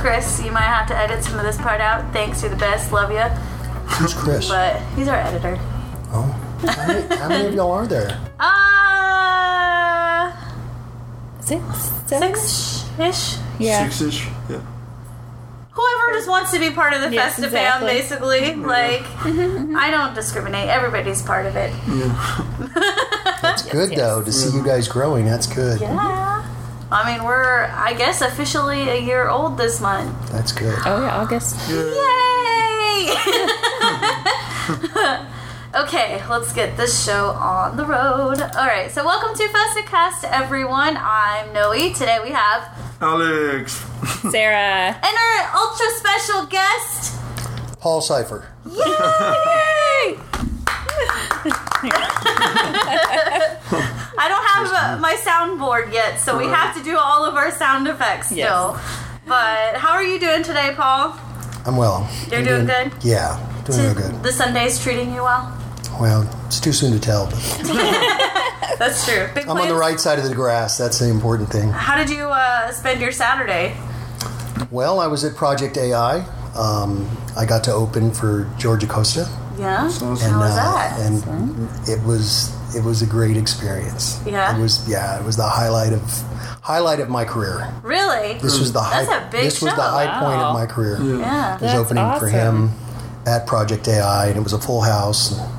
Chris, you might have to edit some of this part out. Thanks, you're the best. Love you. Who's Chris? But he's our editor. Oh. How many, how many of y'all are there? Uh, Six? Seven? six ish. Yeah. Six ish. Yeah. Whoever just wants to be part of the Yes, festive exactly. Mm-hmm, band, basically. Like, I don't discriminate. Everybody's part of it. That's good though to see you guys growing. That's good. Yeah. I mean, we're, I guess, officially a year old this month. That's good. Oh, yeah, August. Yay! okay, let's get this show on the road. All right, so welcome to FestiCast, everyone. I'm Noe. Today we have Alex. Sarah. an ultra special guest. Paul Cipher. Yay! I don't have uh, my soundboard yet, so we have to do all of our sound effects Yes. still. But how are you doing today, Paul? I'm well. You're I'm doing good? Yeah, doing real good. The Sunday's treating you well. Well, it's too soon to tell, but That's true. Big I'm on the plans. right side of the grass. That's the important thing. How did you uh, spend your Saturday? Well, I was at Project AI. Um, I got to open for Georgia Costa, Yeah. and uh, How was that? Hmm? and it was it was a great experience. Yeah? it was. Yeah, it was the highlight of highlight of my career. Really? This was the high. Hmm. That's a big this was the show. high point Wow. of my career. Yeah. was That's opening for him at Project AI, and it was a full house. And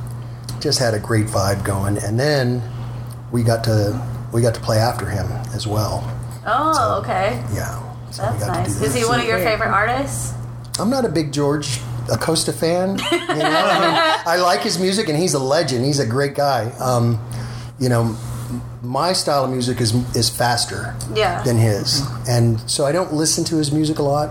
just had a great vibe going, and then we got to we got to play after him as well. Oh, okay. Yeah, so we That's got nice. to do Is that. he one of your Great. favorite artists? I'm not a big George Acosta fan. You know? I, mean, I like his music, and he's a legend. He's a great guy. Um, you know, my style of music is is faster Yeah. than his, and so I don't listen to his music a lot.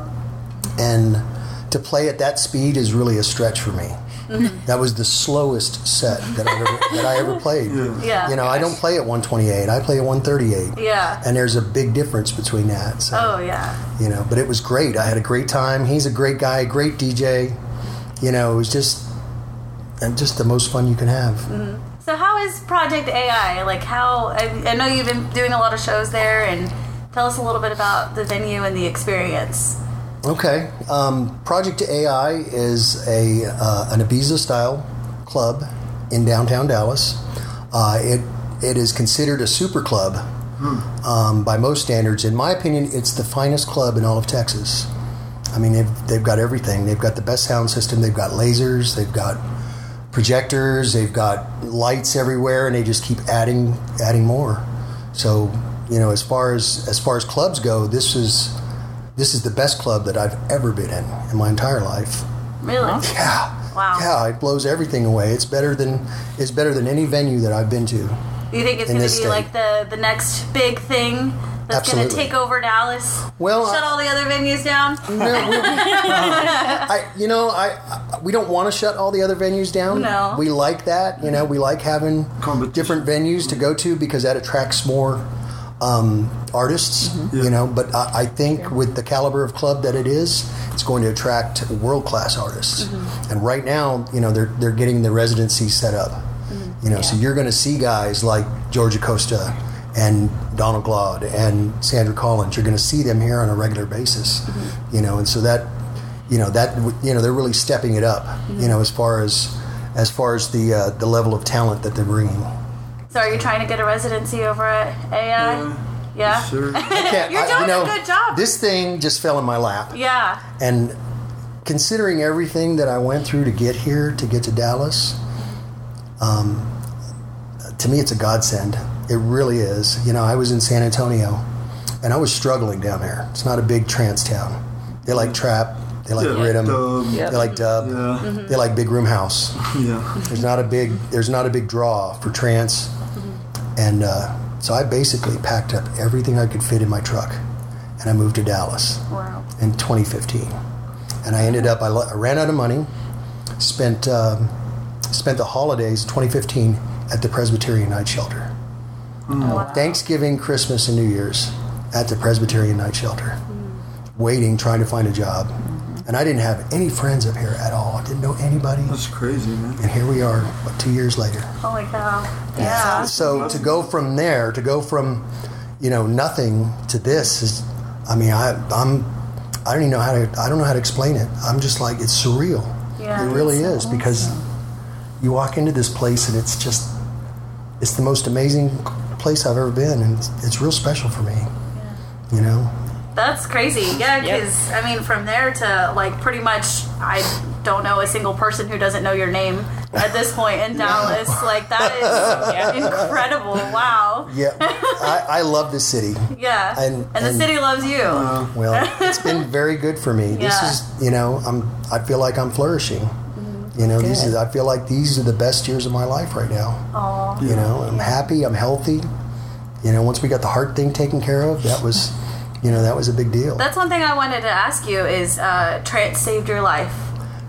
And to play at that speed is really a stretch for me. Mm-hmm. That was the slowest set that I ever, that I ever played. Yeah. You know, I don't play at 128. I play at 138. Yeah. And there's a big difference between that. So Oh, yeah. you know but it was great i had a great time he's a great guy great dj you know it was just and just the most fun you can have So how is Project AI? Like how I, I know you've been doing a lot of shows there, and tell us a little bit about the venue and the experience. okay um, project ai is a uh, an ibiza style club in downtown dallas uh, it it is considered a super club um, by most standards in my opinion it's the finest club in all of texas i mean they've, they've got everything they've got the best sound system they've got lasers they've got projectors. They've got lights everywhere, and they just keep adding adding more. So you know, as far as as far as clubs go, this is this is the best club that I've ever been in in my entire life. Really? Yeah. Wow. Yeah, it blows everything away. It's better than it's better than any venue that I've been to. You think it's going to In be this state. like the the next big thing that's going to Absolutely. take over Dallas? Well, shut I- all the other venues down. No, we, I, you know, I, I we don't want to shut all the other venues down. No. we like that. You know, we like having Competition. different venues to go to because that attracts more um, artists. You know, but I, I think with the caliber of club that it is, it's going to attract world class artists. And right now, you know, they're they're getting the residency set up. You know, so you're going to see guys like Georgia Costa. And Donald Glaude and Sandra Collins, you're going to see them here on a regular basis, you know, and so that you know that you know they're really stepping it up you know as far as as far as the uh, the level of talent that they're bringing So are you trying to get a residency over at AI? Yeah. Sure. Yeah, You're doing a good job. this thing just fell in my lap Yeah. and considering everything that i went through to get here to get to dallas um, to me it's a godsend it really is you know i was in san antonio and i was struggling down there it's not a big trance town they like trap they like Yeah, rhythm dub. Yeah. they like dub Yeah. they like big room house Yeah. There's not a big there's not a big draw for trance, and uh, so I basically packed up everything I could fit in my truck, and I moved to Dallas Wow. in 2015, and I ended up I, le- I ran out of money, spent um, spent the holidays 2015 at the Presbyterian Night Shelter, Thanksgiving, Christmas, and New Year's at the Presbyterian Night Shelter, waiting trying to find a job, and I didn't have any friends up here at all. I didn't know anybody. That's crazy, man. And here we are, what, two years later. Holy cow. Yeah. So to go from there, to go from, you know, nothing to this is, I mean, I, I'm, I don't even know how to. I don't know how to explain it. I'm just like it's surreal. Yeah. it really is because you walk into this place and it's just it's the most amazing place I've ever been, and it's, it's real special for me. You know, That's crazy. Yeah, Yep. because I mean, from there to like pretty much, I don't know a single person who doesn't know your name at this point in Dallas. Like that is Yeah. incredible. Wow. yeah, I, I love this city. Yeah. And- and the and- city loves you. Well, it's been very good for me. This Yeah. is, you know, I'm. I feel like I'm flourishing. You know, these Good. is. I feel like these are the best years of my life right now. Aw. You know, I'm happy. I'm healthy. You know, once we got the heart thing taken care of, that was, you know, that was a big deal. That's one thing I wanted to ask you is uh, trance saved your life.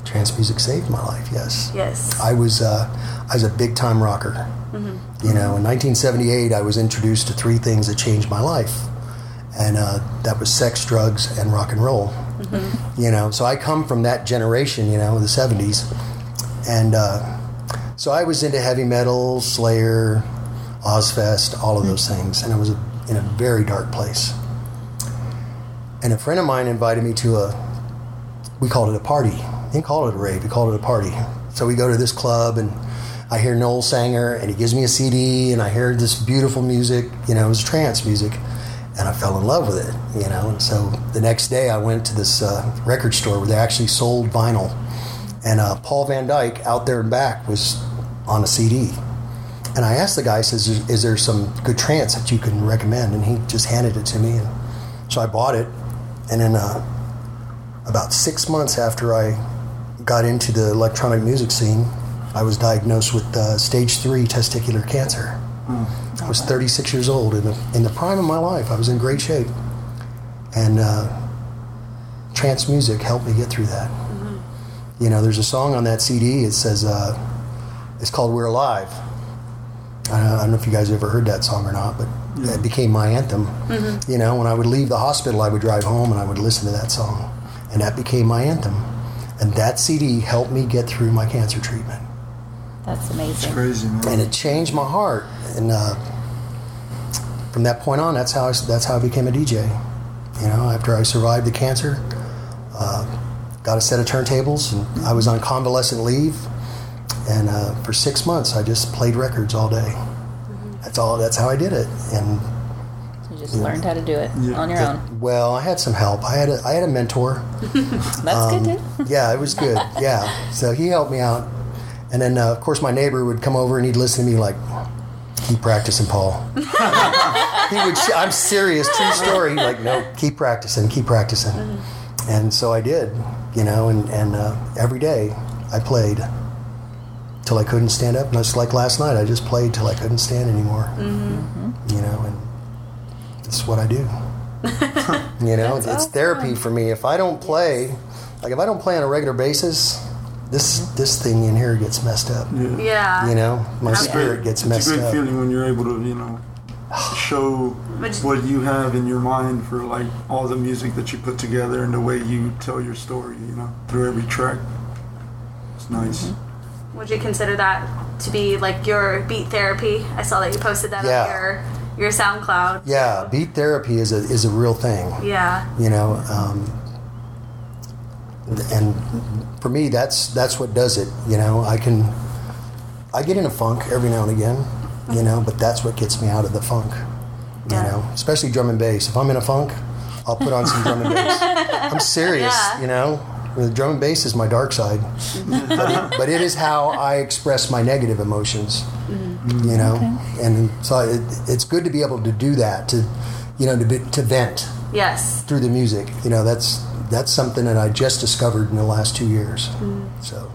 Trans music saved my life. Yes. Yes. I was uh, I was a big time rocker. You know, in 1978, I was introduced to three things that changed my life, and uh, that was sex, drugs, and rock and roll. You know, so I come from that generation. You know, the 70s, and uh, so I was into heavy metal, Slayer, Ozfest, all of those things, and I was in a very dark place. And a friend of mine invited me to a we called it a party. He didn't call it a rave. He called it a party. So we go to this club, and I hear Noel Sanger, and he gives me a CD, and I hear this beautiful music. You know, it was trance music, and I fell in love with it. You know, and so the next day I went to this uh, record store where they actually sold vinyl, and uh, Paul Van Dyke out there and back was on a CD. And I asked the guy, I says, "Is- "Is there some good trance that you can recommend?" And he just handed it to me, and so I bought it. And then uh, about six months after I got into the electronic music scene, I was diagnosed with uh, stage three testicular cancer. I was 36 years old in the, in the prime of my life. I was in great shape, and uh, trance music helped me get through that. You know, there's a song on that CD. It says uh, it's called "We're Alive." I don't, I don't know if you guys ever heard that song or not, but that became my anthem. You know, when I would leave the hospital, I would drive home and I would listen to that song, and that became my anthem. And that CD helped me get through my cancer treatment, That's amazing. Crazy, and man. it changed my heart. And uh, from that point on, that's how I, that's how I became a DJ. You know, after I survived the cancer, uh, got a set of turntables, and I was on convalescent leave. And uh, for six months, I just played records all day. That's all. That's how I did it. And You just learned how to do it Yeah. on your own. well, I had some help. I had a, I had a mentor. That's Um, good too. yeah, it was good. Yeah, so he helped me out, and then uh, of course my neighbor would come over and he'd listen to me like, "Keep practicing, Paul." he would. I'm serious, true story. Like, no, keep practicing, keep practicing, and so I did. You know, and and uh, every day I played till I couldn't stand up. Just like last night, I just played till I couldn't stand anymore. You know, and that's what I do. you know, it's awesome. therapy for me. If I don't play, like if I don't play on a regular basis, this this thing in here gets messed up. Yeah. You know, my spirit gets it's messed a great up. feeling when you're able to, you know, show Which- what you have in your mind for like all the music that you put together and the way you tell your story, you know, through every track. It's nice. Would you consider that to be like your beat therapy? I saw that you posted that Yeah. on your your SoundCloud. Yeah, beat therapy is a is a real thing. Yeah. you know um, and for me that's that's what does it you know i can i get in a funk every now and again you know but that's what gets me out of the funk you Yeah. know especially drum and bass if i'm in a funk i'll put on some drum and bass i'm serious Yeah. you know the drum and bass is my dark side but, it, but it is how i express my negative emotions Mm-hmm. you know and so it, it's good to be able to do that to you know to, be, to vent Yes. through the music. You know, that's that's something that I just discovered in the last two years. Mm. So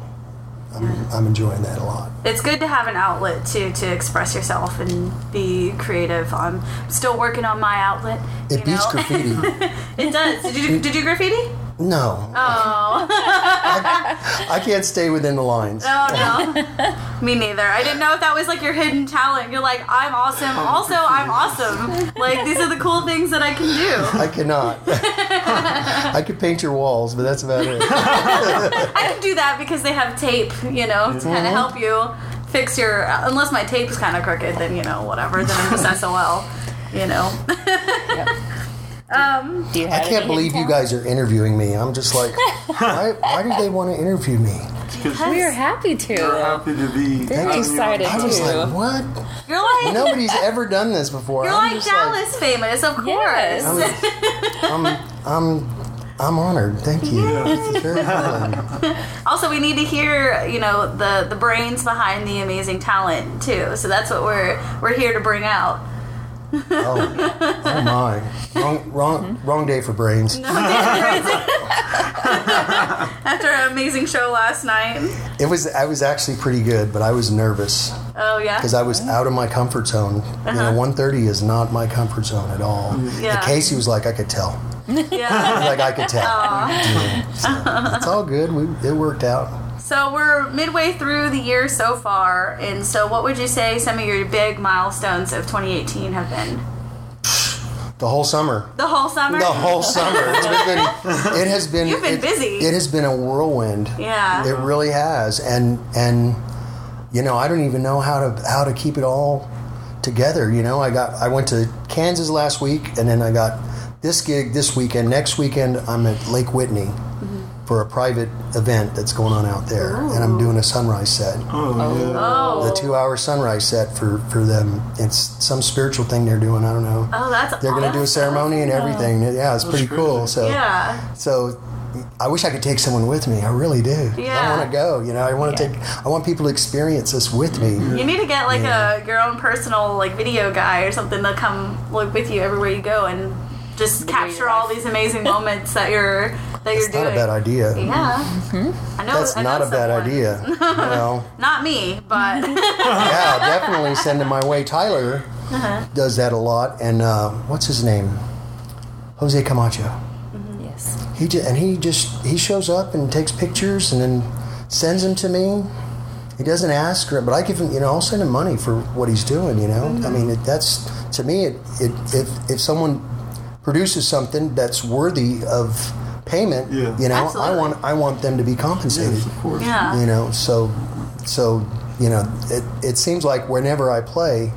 I'm, I'm enjoying that a lot. It's good to have an outlet to to express yourself and be creative. I'm still working on my outlet. It you beats know? graffiti. It does. Did you did you graffiti? no, Oh Uh. I can't stay within the lines. no no. Me neither. I didn't know if that was like your hidden talent. You're like, I'm awesome. Oh, Also, I'm awesome. Like these are the cool things that I can do. I cannot. I could paint your walls, but that's about it. I can do that because they have tape, you know, to kind of help you fix your. Unless my tape is kind of crooked, then you know, whatever. Then I'm just SOL, you know. um, Do you I have any can't believe you intel? guys are interviewing me. I'm just like, why, why do they want to interview me? We are happy to. We're happy to be. They're having you excited. on. I was Ew. like, what? You're like Nobody's ever done this before. you're I'm like just Dallas famous, of course. Yes. I'm, I'm, I'm honored. Thank you. It's very fun. Also, we need to hear you know the the brains behind the amazing talent too. So that's what we're we're here to bring out. Oh, oh my. Wrong, wrong, wrong day for brains. After our amazing show last night. It was, I was actually pretty good, but I was nervous Oh yeah. because I was out of my comfort zone. You know, 130 is not my comfort zone at all. Yeah. And Casey was like, I could tell. Yeah. Like I could tell. Yeah. So, it's all good. We, it worked out. So we're midway through the year so far, and so what would you say some of your big milestones of 2018 have been? The whole summer. The whole summer. The whole summer. It's been, it has been. You've been it- busy. It has been a whirlwind. Yeah. It really has, and and you know, I don't even know how to how to keep it all together. You know, I got I went to Kansas last week, and then I got this gig this weekend. Next weekend, I'm at Lake Whitney Mm-hmm. for a private event that's going on out there, and I'm doing a sunrise set, oh. the two hour sunrise set for for them. It's some spiritual thing they're doing. I don't know. Oh, that's. They're going to do a awesome. ceremony and everything. Yeah, it's pretty cool. So Yeah. so I wish I could take someone with me. I really do. Yeah. I want to go. You know, I want to Yeah. take. I want people to experience this with me. You need to get like a your own personal like video guy or something to come like with you everywhere you go and just capture all these amazing moments that you're that you're It's doing. not a bad idea. Yeah. I know. That's I know not a bad someone. idea. well, Not me, but yeah, definitely send it my way. Tyler Uh-huh. does that a lot, and uh, what's his name? Jose Camacho. Yes. He ju- and he just he shows up and takes pictures and then sends them to me. He doesn't ask for it, but I give him. You know, I'll send him money for what he's doing. You know, I mean, it, that's to me. It, it if if someone produces something that's worthy of payment, Yeah. you know, Absolutely. I want I want them to be compensated. Yes, of course. yeah. You know, so so you know, it, it seems like whenever I play,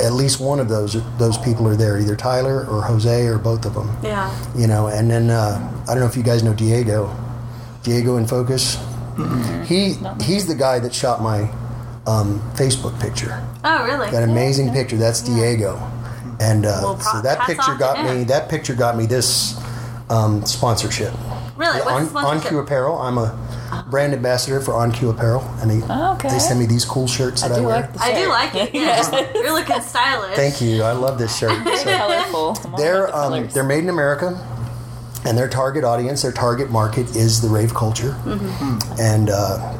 at least one of those those people are there, either Tyler or Jose or both of them Yeah. you know and then uh, i don't know if you guys know diego diego in focus Mm-hmm. he he's the guy that shot my um, facebook picture Oh, really? that amazing picture that's diego and uh, Well, pro- so that hats picture off to got me him. that picture got me this um, sponsorship Really? What's on, the on sponsorship? q apparel i'm a brand ambassador for on q apparel and they, Okay. they send me these cool shirts that i, I do wear like the I do shirt. like it. Yeah. You're looking stylish. thank you i love this shirt So- Colorful. I'm all about They're the um, colors. they're made in America, and their target audience, their target market is the rave culture. Mm-hmm. And uh,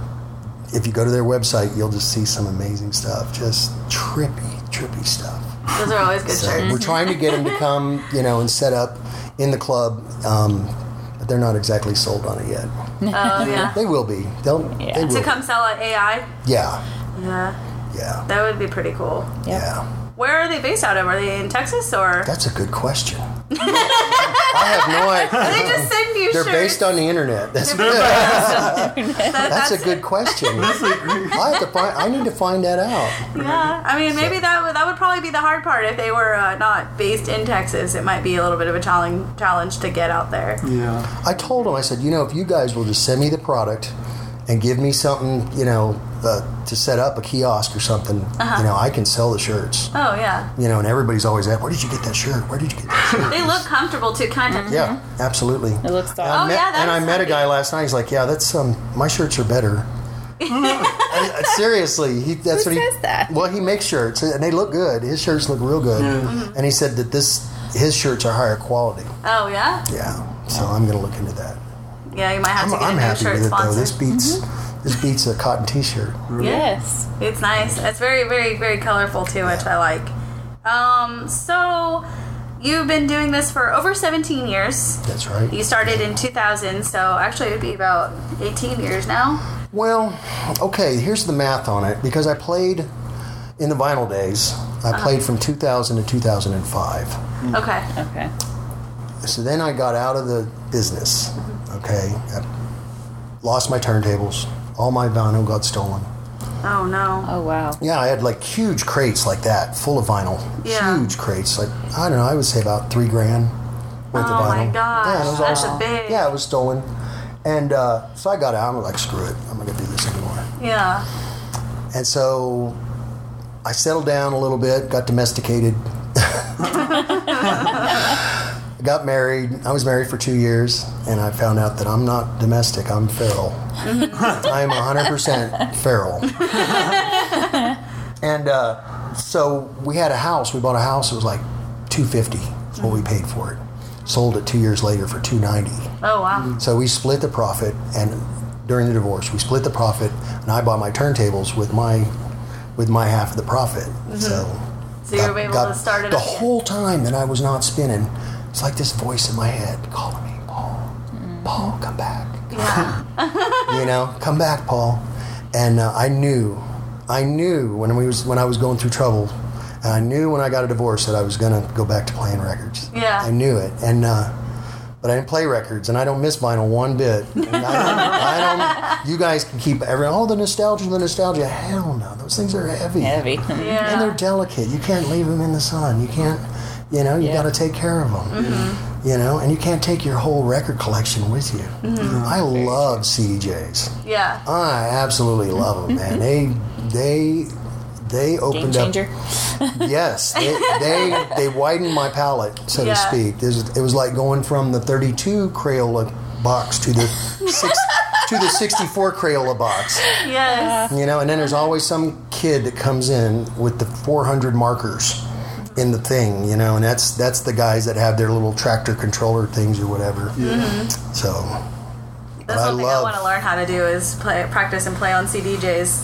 if you go to their website, you'll just see some amazing stuff, just trippy, trippy stuff. Those are always good So Mm-hmm. shirts. we're trying to get them to come, you know, and set up in the club. Um, but they're not exactly sold on it yet. Oh yeah. They will be. They'll. Yeah. They will. to be. come sell at AI. Yeah. Yeah. Yeah. That would be pretty cool. Yep. Yeah. Where are they based out of? Are they in Texas or? That's a good question. I have no idea. they just send you They're shirts. based on the internet. That's That- That's, a good question. I have to find. I need to find that out. Yeah, I mean, maybe that would, that would probably be the hard part if they were uh, not based in Texas. It might be a little bit of a challenge challenge to get out there. Yeah. I told him. I said, you know, if you guys will just send me the product and give me something, you know, uh, to set up a kiosk or something, you know, I can sell the shirts. Oh yeah, You know, and everybody's always at, where did you get that shirt? Where did you get that shirt? they look comfortable too. Kind of. yeah, absolutely. It looks And I awesome. yeah, met- that and I is met a guy something. last night. He's like, yeah, that's um, my shirts are better. I- I- seriously, he, that's Who what he says that? Well, he makes shirts and they look good. His shirts look real good, and he said that this his shirts are higher quality. Oh yeah. Yeah, so I'm gonna look into that. Yeah, you might have I'm, to get I'm a new happy shirt with it though. sponsor. Mm-hmm. This beats this beats a cotton T-shirt. Yes. It's nice. It's very, very, very colorful too, which I like. Um, so you've been doing this for over 17 years. That's right. You started in 2000, so actually it would be about 18 years now. Well, okay, here's the math on it because I played in the vinyl days. I Uh-huh. played from 2000 to 2005. Okay. Okay. So then I got out of the business. Mm-hmm. Okay, I lost my turntables. All my vinyl got stolen. Oh no. Oh wow. Yeah, I had like huge crates like that, full of vinyl. Yeah. Huge crates, like I don't know. I would say about three grand with the Oh my vinyl. yeah, gosh, it was that's all- a big- Yeah, it was stolen, and uh, so I got it. I'm like, screw it, I'm not gonna do this anymore. Yeah. And so I settled down a little bit, got domesticated, got married. I was married for two years, and I found out that I'm not domestic, I'm feral. I'm 100% feral. and uh, so we had a house. We bought a house. It was like 250 is what we paid for it. Sold it two years later for 290. Oh wow. So we split the profit, and during the divorce, we split the profit, and I bought my turntables with my with my half of the profit. So, Mm-hmm. So you were able to start it the up again. whole time that I was not spinning. It's like this voice in my head calling me, Paul, Mm-hmm. Paul, come back. Yeah. you know, come back, Paul. And uh, I knew, I knew when we was when I was going through trouble, and I knew when I got a divorce that I was gonna go back to playing records. Yeah. I knew it, and uh, but I didn't play records, and I don't miss vinyl one bit. And I, I don't. You guys can keep every all the nostalgia, the nostalgia. Hell no, those things are heavy, Heavy. Yeah. and they're delicate. You can't leave them in the sun. You can't. You know, you Yeah. Mm-hmm. got to take care of them. You know, and you can't take your whole record collection with you. Mm-hmm. I love CDJs. yeah. I absolutely love them, man. They they they Game opened up. changer. Yes, they, they they widened my palate, so to Yeah. speak. This is- It was like going from the 32 Crayola box to the six, to the 64 Crayola box. Yes. You know, and then there's always some kid that comes in with the 400 markers in the thing, you know, and that's that's the guys that have their little tractor controller things or whatever. So, but That's I one thing I love. want to learn how to do is play, practice and play on CDJs.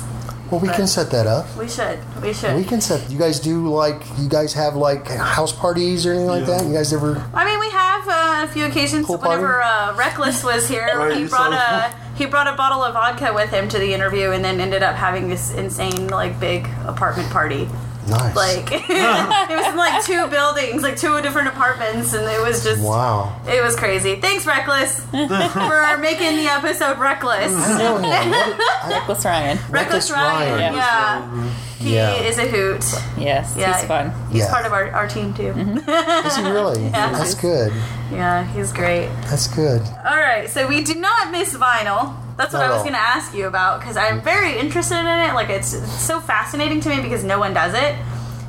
well, we can set that up. We should. We should. We can set. You guys do like you guys have like house parties or anything like Yeah. that. You guys ever? I mean, we have uh, a few occasions. Pool party? whenever uh, Reckless was here, Right, he you brought saw- a he brought a bottle of vodka with him to the interview, and then ended up having this insane like big apartment party. Nice. Like it was in like two buildings, like two different apartments, and it was just wow. it was crazy. Thanks, Reckless, for making the episode Reckless. Oh, yeah, what- Reckless Ryan. Reckless Ryan, Ryan. yeah. He Yeah. is a hoot. Yes, Yeah. he's fun. He's Yeah. part of our, our team too. Is he really? That's good. Yeah, he's great. That's good. All right, so we do not miss vinyl. That's what Not I was at all. Mm. going to ask you about because I'm very interested in it. Like it's, it's so fascinating to me because no one does it,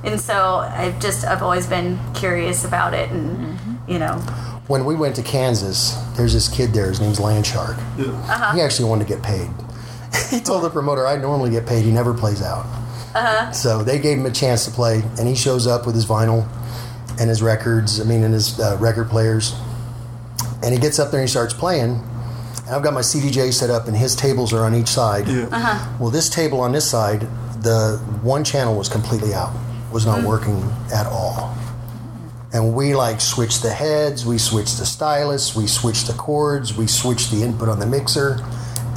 and so I've just I've always been curious about it, and Mm-hmm. you know, When we went to Kansas, there's this kid there. His name's Landshark. Yeah. He actually wanted to get paid. he told the promoter, "I normally get paid. He never plays out." Uh-huh. So they gave him a chance to play, and he shows up with his vinyl and his records. I mean, and his uh, record players. And he gets up there and he starts playing. And I've got my CDJ set up, and his tables are on each side. Yeah. Well, this table on this side, the one channel was completely out, was not working at all. And we like switched the heads, we switched the stylus, we switched the chords, we switched the input on the mixer,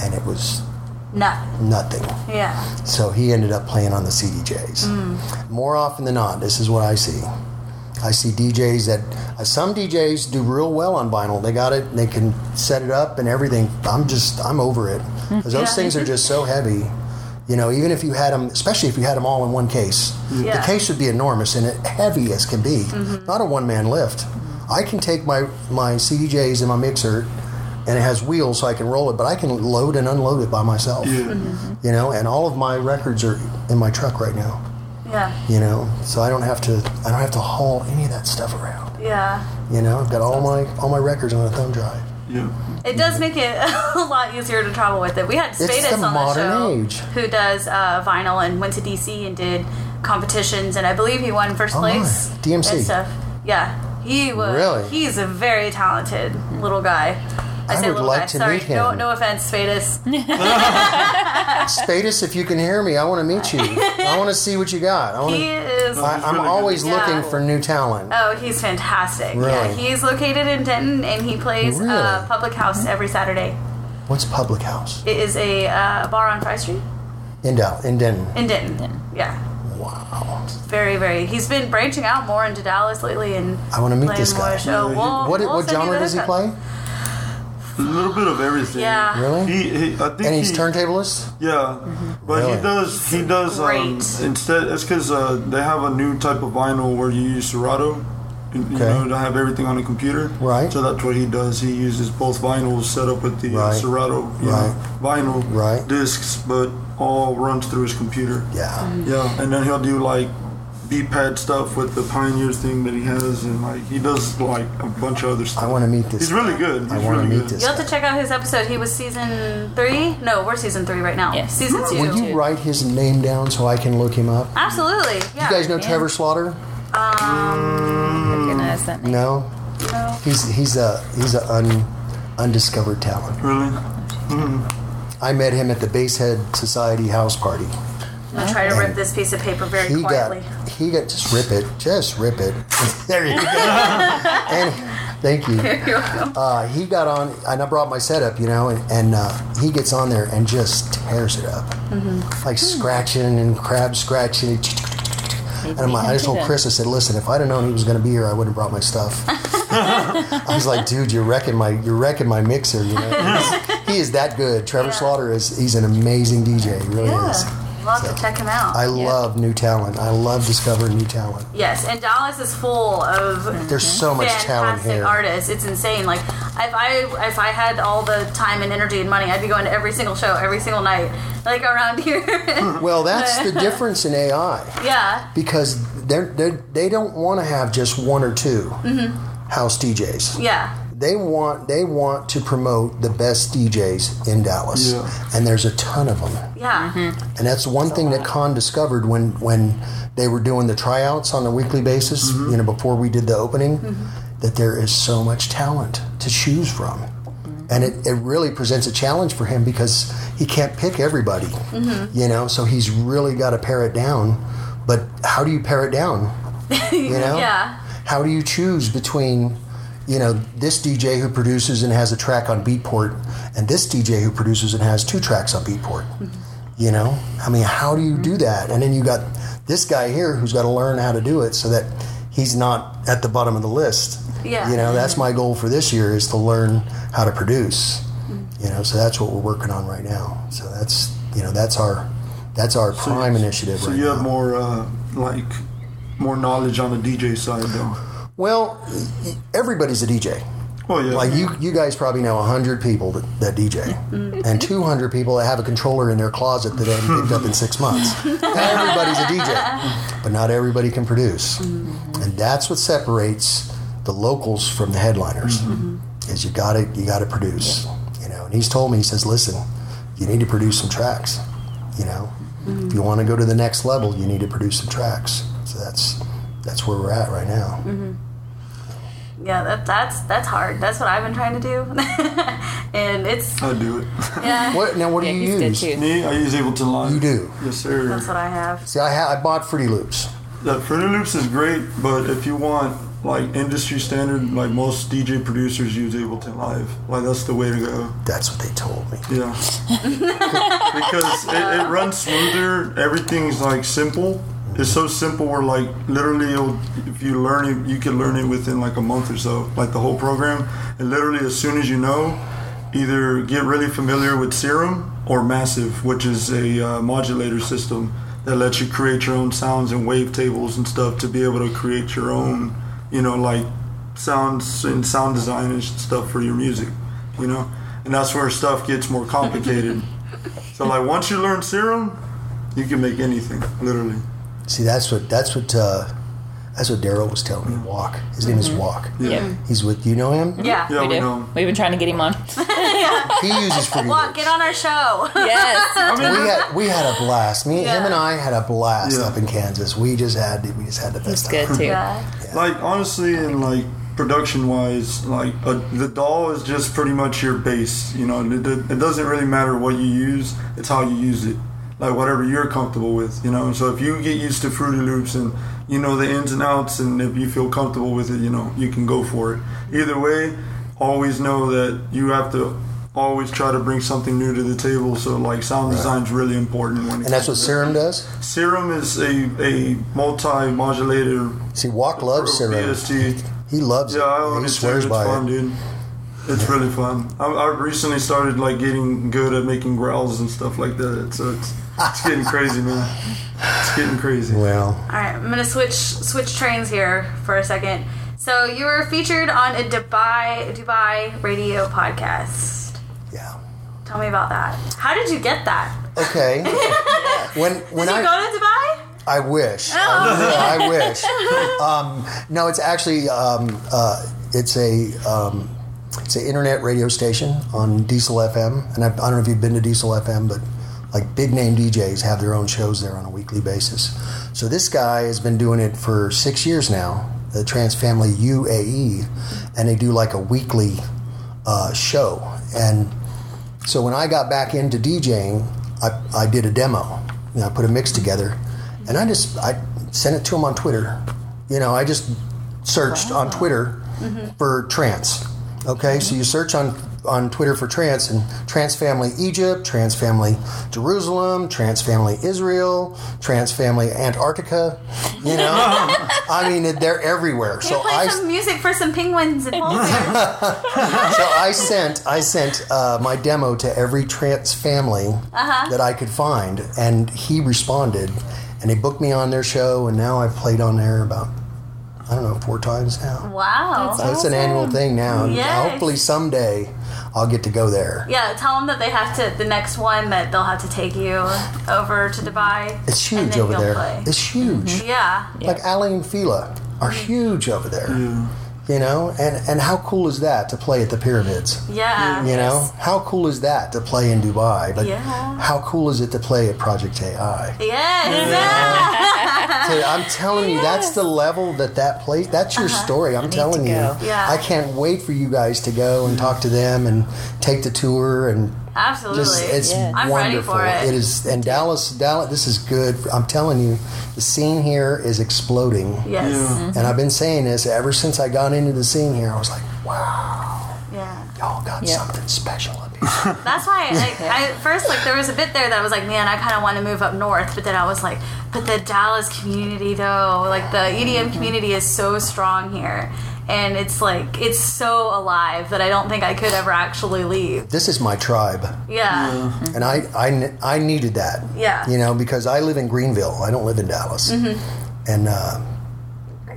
and it was not nothing. yeah, So he ended up playing on the CDJs. Mm. More often than not, this is what I see. I see DJs that uh, some DJs do real well on vinyl. They got it, they can set it up and everything. I'm just, I'm over it. 'Cause those Mm. Yeah. things are just so heavy. You know, even if you had them, especially if you had them all in one case, Yeah. Mm-hmm. the case would be enormous and it, heavy as can be. Not a one man lift. I can take my, my CDJs and my mixer and it has wheels so I can roll it, but I can load and unload it by myself Yeah. you know and all of my records are in my truck right now yeah, you know so i don't have to i don't have to haul any of that stuff around yeah. you know i've got all my all my records on a thumb drive Yeah. It does make it a lot easier to travel with it. We had Spadis the on the modern show, age. who does uh, vinyl and went to DC and did competitions, and I believe he won first Oh, my. place. DMC. and stuff. Yeah, he was. Really? He's a very talented little guy. I, I say would little like guy. to Sorry, meet no, him. no offense, Spadis. spatus if you can hear me i want to meet you i want to see what you got i want He to is. I, i'm Really good. always Yeah. looking for new talent Oh, he's fantastic. Yeah, Really? he's located in Denton, and he plays uh, Really? public house every Saturday. what's public house It is a uh, bar on Fry Street in Dal- in denton in Denton. Yeah. wow very very he's been branching out more into dallas lately and I wanna meet playing this guy. more show. Yeah, We'll- what, we'll what send you genre the does he hookup. play A little bit of everything. yeah really He, he, I think and he's he, turntablist Yeah, but Really? he does. He does. Um, Great. instead, it's because uh, they have a new type of vinyl where you use serrato, You Okay. know, to have everything on the computer. Right. So that's what he does. He uses both vinyls set up with the uh, Right. Serato you Right. know, vinyl Right. discs, but all runs through his computer. Yeah. Yeah, and then he'll do like beat pad stuff with the Pioneers thing that he has, and like he does like a bunch of other I stuff. want to meet this. He's really good. He's I want to really meet good. this. You'll have to check out his episode. He was season three. No, we're season three right now. Yes. Season two. Will you write his name down so I can look him up? Absolutely. Yeah. You guys know Trevor Slaughter? Hmm. Recognize that name. No, No. he's he's a he's a un, undiscovered talent. Really? I met him at the Basehead Society house party. I'm gonna try to rip this piece of paper very He quietly. got he got just rip it, just rip it. there you go. and thank you. You're welcome. Uh, he got on, and I brought my setup, you know, and, and uh, he gets on there and just tears it up, Mm-hmm. like scratching and crab scratching. And I'm like, I just told Chris, I said, listen, if I'd have known he was going to be here, I would have brought my stuff. I was like, dude, you're wrecking my, you're wrecking my mixer. You know, He's- he is that good. Trevor Yeah. Slaughter is, he's an amazing DJ. He really is. Yeah. Love to check him out. I love new talent. I love discovering new talent. yes, and Dallas is full of There's so much talent fantastic here. artists. It's insane. Like if I if I had all the time and energy and money, I'd be going to every single show every single night, like around here. Well, that's the difference in AI. yeah. because they're, they're they don't want to have just one or 2 house DJs. Yeah. They want they want to promote the best DJs in Dallas, Yeah. and there's a ton of them. Yeah. And that's one thing that Khan discovered when when they were doing the tryouts on a weekly basis. You know, before we did the opening, that there is so much talent to choose from. And it, it really presents a challenge for him because he can't pick everybody, you know. So he's really got to pare it down. But how do you pare it down? You know? Yeah. How do you choose between, you know, this DJ who produces and has a track on Beatport and this DJ who produces and has two tracks on Beatport? You know? I mean, how do you do that? And then you got this guy here who's got to learn how to do it so that he's not at the bottom of the list. Yeah. You know, that's my goal for this year is to learn how to produce. You know, so that's what we're working on right now. So that's, you know, that's our that's our prime initiative So right you now. have more uh, like more knowledge on the DJ side, though. well, y- everybody's a DJ. Well, yeah. Like you, you guys probably know hundred people that, that DJ, and two hundred people that have a controller in their closet that they haven't picked up in six months. Everybody's a DJ, but not everybody can produce, and that's what separates the locals from the headliners. Is you got to you got to produce, you know. And he's told me he says, listen, you need to produce some tracks, you know. If you want to go to the next level, you need to produce some tracks. So that's that's where we're at right now. Yeah, that, that's that's hard. That's what I've been trying to do, and it's Oh. I do it. What now? What Yeah, do he's you good use? too. Me, I use Ableton Live. You do. Yes, sir. that's what I have. See, I, ha- I bought Fruity Loops. That Fruity Loops is great, but if you want like industry standard, like most DJ producers use Ableton Live. Like that's the way to go. That's what they told me. Yeah. because it, it runs smoother. Everything's like simple. It's so simple. Where like literally, it'll, if you learn it, you can learn it within like a month or so. Like the whole program. And literally, as soon as you know, either get really familiar with Serum or Massive, which is a uh, modulator system that lets you create your own sounds and wavetables and stuff to be able to create your own, you know, like sounds and sound design and stuff for your music. You know, and that's where stuff gets more complicated. So like once you learn serum, you can make anything, literally. See, that's what that's what uh, that's what Daryl was telling me. Walk. His name is Walk. Yeah. He's with you know him. Yeah. Yeah, we, We know. do. We've been trying to get him on. He uses Fruity Walk, Loops. get on our show. Yes. We had we had a blast. Me, Yeah. him, and I had a blast Yeah. up in Kansas. We just had we just had the It's best time. good too. Yeah. Like honestly, and like production wise, like uh the doll is just pretty much your base. You know, it, it doesn't really matter what you use; it's how you use it. Like whatever you're comfortable with, you know. So if you get used to Fruity Loops and you know the ins and outs, and if you feel comfortable with it, you know you can go for it. Either way, always know that you have to always try to bring something new to the table. So like sound design's really important when And it that's what comes to Serum does. Serum is a, a multi modulator See, Walk loves Serum. BST. He loves Yeah, I it. own He it. too. swears It's by fun, it. dude. It's really fun. I, I recently started like getting good at making growls and stuff like that. So it's it's getting crazy, man. It's getting crazy. Well, All right, I'm gonna switch switch trains here for a second. So you were featured on a Dubai Dubai radio podcast. Yeah. Tell me about that. How did you get that? Okay. when Did when you I go to Dubai? I wish. I, I wish. Um, no, it's actually um, uh, it's a um, it's an internet radio station on Diesel FM, and I, I don't know if you've been to Diesel FM, but like big name DJs have their own shows there on a weekly basis. So this guy has been doing it for six years now, the Trans Family UAE, and they do like a weekly uh, show. And so when I got back into DJing, I, I did a demo. You know, I put a mix together, and I just I sent it to him on Twitter. You know, I just searched on Twitter Mm-hmm. for trance. Okay, so you search on on Twitter for trance and trance family Egypt, trance family Jerusalem, trance family Israel, trance family Antarctica. You know, I mean they're everywhere. Can So you play I some music for some penguins and polar so I sent I sent uh, my demo to every trans family Uh-huh. that I could find, and he responded, and they booked me on their show, and now I've played on there about I don't know four times now. Wow. That's So it's an annual awesome. thing now. and Yes. Hopefully someday I'll get to go there. yeah, tell them that they have to, the next one, that they'll have to take you over to Dubai. It's and huge then over you'll there. play. Mm-hmm. It's huge. Yeah. Mm-hmm. Like Ali and Fila are huge over there. You know, and and how cool is that to play at the pyramids? Yeah. You know, how cool is that to play in Dubai? But Yeah. how cool is it to play at Project AI? Yes. So I'm telling you, that's the level that that place. That's your Uh-huh. story. I'm telling to you. go. Yeah. I can't wait for you guys to go and talk to them and take the tour and Absolutely. just it's Yes. I'm ready wonderful. for it. it is and Dallas, Dallas. This is good. I'm telling you, the scene here is exploding. yes. And I've been saying this ever since I got into the scene here. I was like, wow, Yeah. y'all got Yeah. something special up here. That's why like, I at first like there was a bit there that I was like, man, I kind of want to move up north, but then I was like, but the Dallas community though, like the EDM community is so strong here, and it's like it's so alive that I don't think I could ever actually leave. This is my tribe. Yeah, and I, I ne- I needed that. Yeah. You know, because I live in Greenville. I don't live in Dallas. And uh,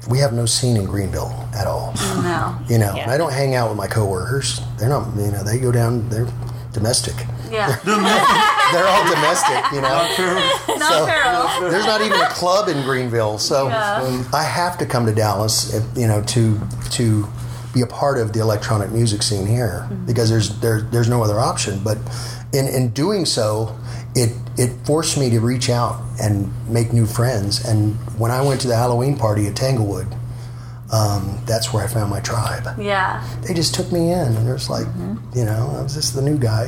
we have no scene in Greenville at all. no, You know, Yeah. and I don't hang out with my coworkers. They're not. You know, they go down. They're domestic. yeah, They're all domestic. You know, not So- feral. there's not even a club in Greenville. So Yeah. I have to come to Dallas. if- You know, to to be a part of the electronic music scene here because there's there, there's no other option. But in in doing so, it it forced me to reach out and make new friends. And when I went to the Halloween party at Tanglewood, um, that's where I found my tribe Yeah, they just took me in and it was like Mm-hmm. you know i was just the new guy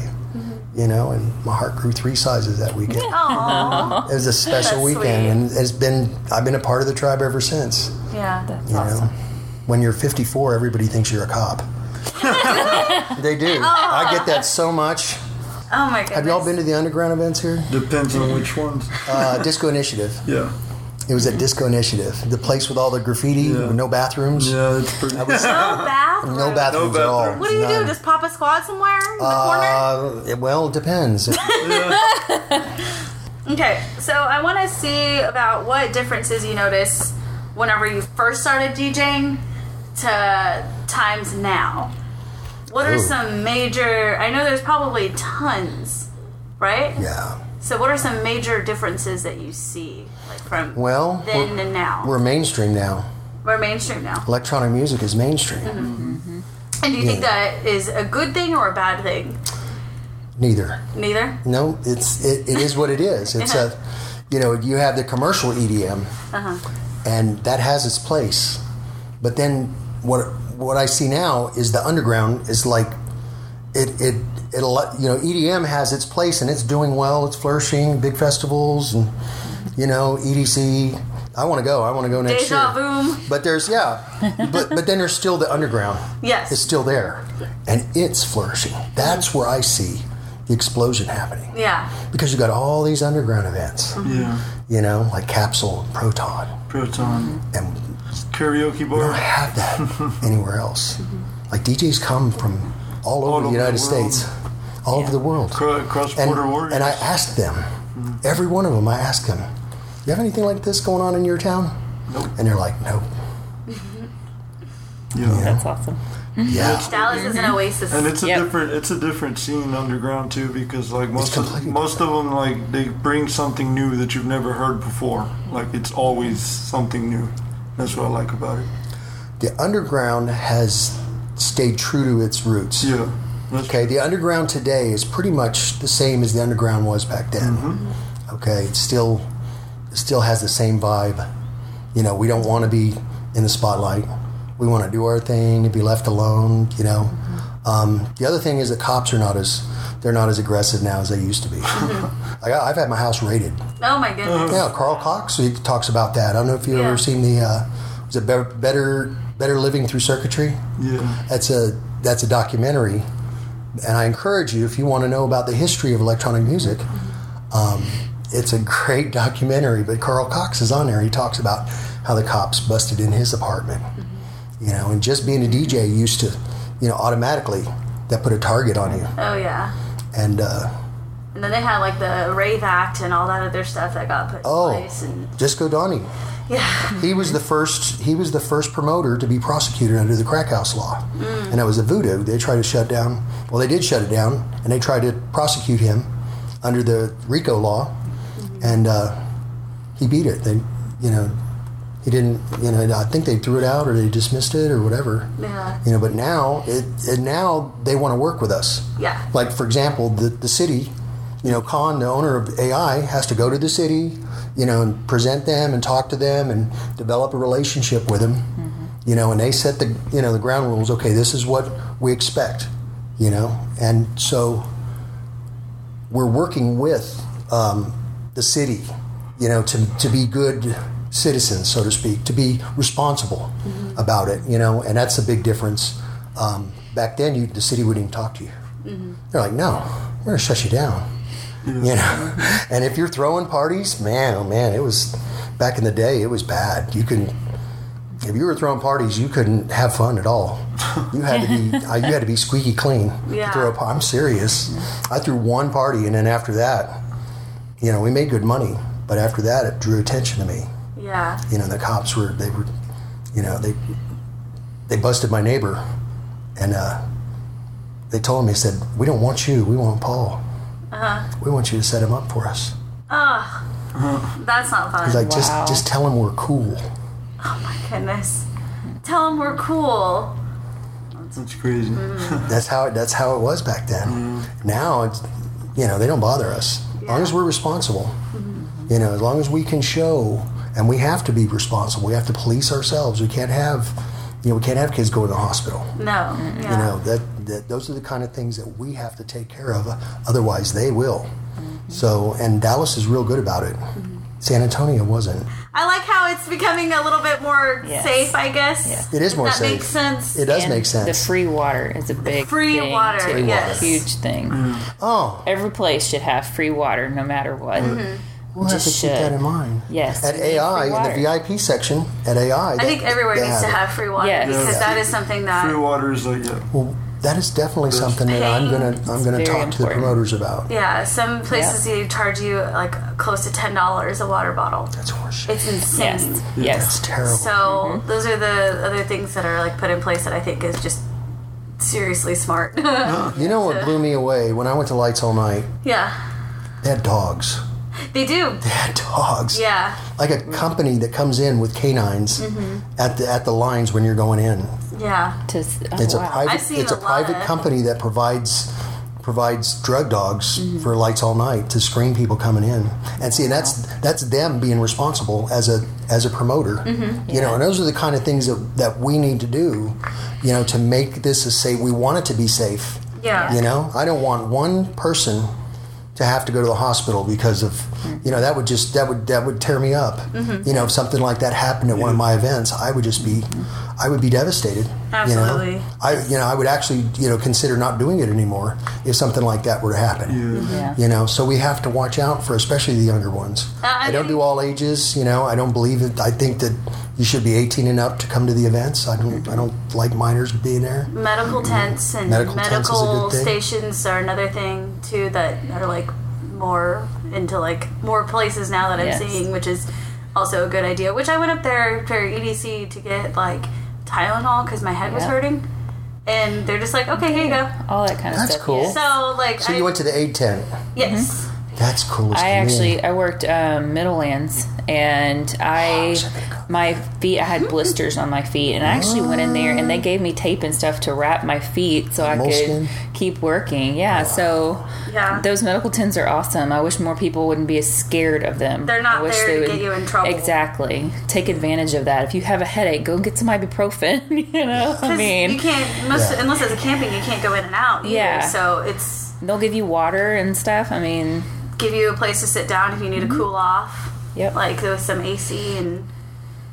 you know and my heart grew three sizes that weekend oh, it was a special That's weekend sweet. and it's been i've been a part of the tribe ever since yeah, That's you awesome. know when you're 54 everybody thinks you're a cop they do i get that so much oh my god. have y'all been to the underground events here Depends on which ones. uh, disco initiative Yeah. it was at disco initiative the place with all the graffiti Yeah. no bathrooms Yeah, it's pretty. No bathroom. no bathrooms at all bathrooms. What do you None. do? Just pop a squat somewhere in the corner? uh, it- well it depends Okay, so I want to see about what differences you notice whenever you first started DJing to times now. What are Ooh. some major? I know there's probably tons, right? yeah So what are some major differences that you see, like from Well, then we're- and now? We're, we're mainstream now. mainstream now, Electronic music is mainstream. Mm-hmm. and do you think yeah. that is a good thing or a bad thing? Neither. Neither. No, it's it, it is what it is. It's a, you know, you have the commercial EDM, Uh-huh. and that has its place. But then what what I see now is the underground is like, it it it a lot- you know EDM has its place and it's doing well. It's flourishing. Big festivals and you know EDC. I want to go. I want to go next Deja year. vu. But there's yeah, but but then there's still the underground. Yes. it's still there, and it's flourishing. That's where I see the explosion happening Yeah. Mm-hmm. because you got all these underground events, yeah. you know, like Capsule, and Proton, Proton. and Karaoke we don't bar. have that anywhere else. Mm-hmm. Like DJs come from all over the over the United world. States, all over the world, Cross and border warriors. and I asked them, every one of them, I asked them, "You have anything like this going on in your town?" Nope. And they're like, "Nope." Yeah. That's awesome. Yeah. Dallas is an oasis. And it's a Yep. different it's a different scene underground too because like most of, completely most of them like they bring something new that you've never heard before. Like it's always something new. That's what I like about it. The underground has stayed true to its roots. Yeah. That's- Okay, the underground today is pretty much the same as the underground was back then. Okay, it still it still has the same vibe. You know, we don't want to be in the spotlight. We want to do our thing and be left alone. You know, um, the other thing is that cops are not as they're not as aggressive now as they used to be. like I, I've had my house raided. oh my goodness. Uh-huh. Yeah, Carl Cox he talks about that. I don't know if you've Yeah. ever seen the uh, was it better, better better living through circuitry Yeah. that's a that's a documentary and i encourage you if you want to know about the history of electronic music um, it's a great documentary but carl cox is on there he talks about how the cops busted in his apartment you know and just being a dj used to you know automatically that put a target on you Oh yeah. and uh, And then they had like the Wraith Act and all that other stuff that got put oh in place. And disco donnie yeah, he was the first he was the first promoter to be prosecuted under the crack house law and that was the voodoo they tried to shut down well they did shut it down and they tried to prosecute him under the rico law and uh, he beat it they you know he didn't you know i think they threw it out or they dismissed it or whatever yeah, you know but now it and now they want to work with us yeah. like for example the, the city you know khan the owner of ai has to go to the city you know and present them and talk to them and develop a relationship with them you know and they set the you know the ground rules okay this is what we expect you know and so we're working with um, the city you know to, to be good citizens so to speak to be responsible about it you know and that's a big difference um, back then you the city wouldn't even talk to you they're like, no, we're gonna shut you down. You know, and if you're throwing parties, man, oh man, it was back in the day. It was bad. You couldn't if you were throwing parties, you couldn't have fun at all. You had to be uh, you had to be squeaky clean. to Yeah. throw a par- I'm serious. I threw one party, and then after that, you know, we made good money, but after that, it drew attention to me Yeah. you know the cops were they were you know they they busted my neighbor and uh, they told him they said we don't want you we want paul we want you to set him up for us That's not fun. he's like just Wow. just tell him we're cool Goodness. Tell them we're cool. That's crazy. Mm-hmm. that's how that's how it was back then now it's you know they don't bother us as long as we're responsible you know as long as we can show and we have to be responsible we have to police ourselves we can't have you know we can't have kids go to the hospital No. Yeah. You know that, that those are the kind of things that we have to take care of. Otherwise, they will. Mm-hmm. So, and Dallas is real good about it. San Antonio wasn't. I like how it's becoming a little bit more Yes. safe, I guess. Yes. It is If more that safe. makes sense. It does And make sense. The free water is a big Free thing, water, too. Free yes. water. huge thing. oh, Every place should have free water, no matter what. Mm-hmm. we'll have to Just keep that should. in mind. Yes. At we need free AI, in water. the VIP section, at AI, I think everywhere needs to have free water Yes. because Yeah. that is something that Free water is like yeah. Well, that is definitely something that I'm gonna I'm gonna It's talk very to the important. promoters about. yeah, some places they charge you like close to ten dollars a water bottle. That's horseshit. It's insane. Yes. It's Yes. terrible. So mm-hmm. those are the other things that are like put in place that I think is just seriously smart. you know what blew me away when I went to Lights All Night? yeah, They had dogs. they do. They had dogs. Yeah, like a company that comes in with canines Mm-hmm. at the at the lines when you're going in. yeah, To s- oh, It's a wow. I've private seen it's a, a lot. private company that provides provides drug dogs Mm-hmm. for lights all night to screen people coming in. And see, and that's that's them being responsible as a as a promoter. Mm-hmm. You know, and those are the kind of things that that we need to do, you know, to make this a safe. We want it to be safe. yeah. You know, I don't want one person to have to go to the hospital because of you know that would just that would that would tear me up. You know, if something like that happened at one of my events, I would just be I would be devastated. You Absolutely. know? I you know, I would actually, you know, consider not doing it anymore if something like that were to happen. Yeah. You know, so we have to watch out for especially the younger ones. I I don't think- do all ages, you know. I don't believe it. I think that you should be 18 and up to come to the events. I don't I don't like minors being there. Medical tents and medical, mm-hmm. Medical tents is a good thing. stations are another thing too that are like more into like more places now that I'm Yes. E seeing, which is also a good idea. Which I went up there for EDC to get like Tylenol because my head was Yeah. hurting, and they're just like, okay, here you go. all that kind of That's stuff. cool. yeah. So like, So I, you went to the aid tent. yes, That's cool. as I can be. actually I worked um, Middlelands and Oh, I my feet I had blisters on my feet and I actually went in there and they gave me tape and stuff to wrap my feet so I Moleskin? Oh, could keep working. Yeah, so Mm-hmm. yeah. those medical tins are awesome. I wish more people wouldn't be as scared of them. They're not I wish there they to get you in trouble. Exactly. Take advantage of that. If you have a headache, go get some ibuprofen. You know, I 'Cause you mean, can't most, Yeah. unless it's a camping, you can't go in and out. Either. Yeah. So it's they'll give you water and stuff. I mean, give you a place to sit down if you need Mm-hmm. to cool off. Yep. Like with some AC and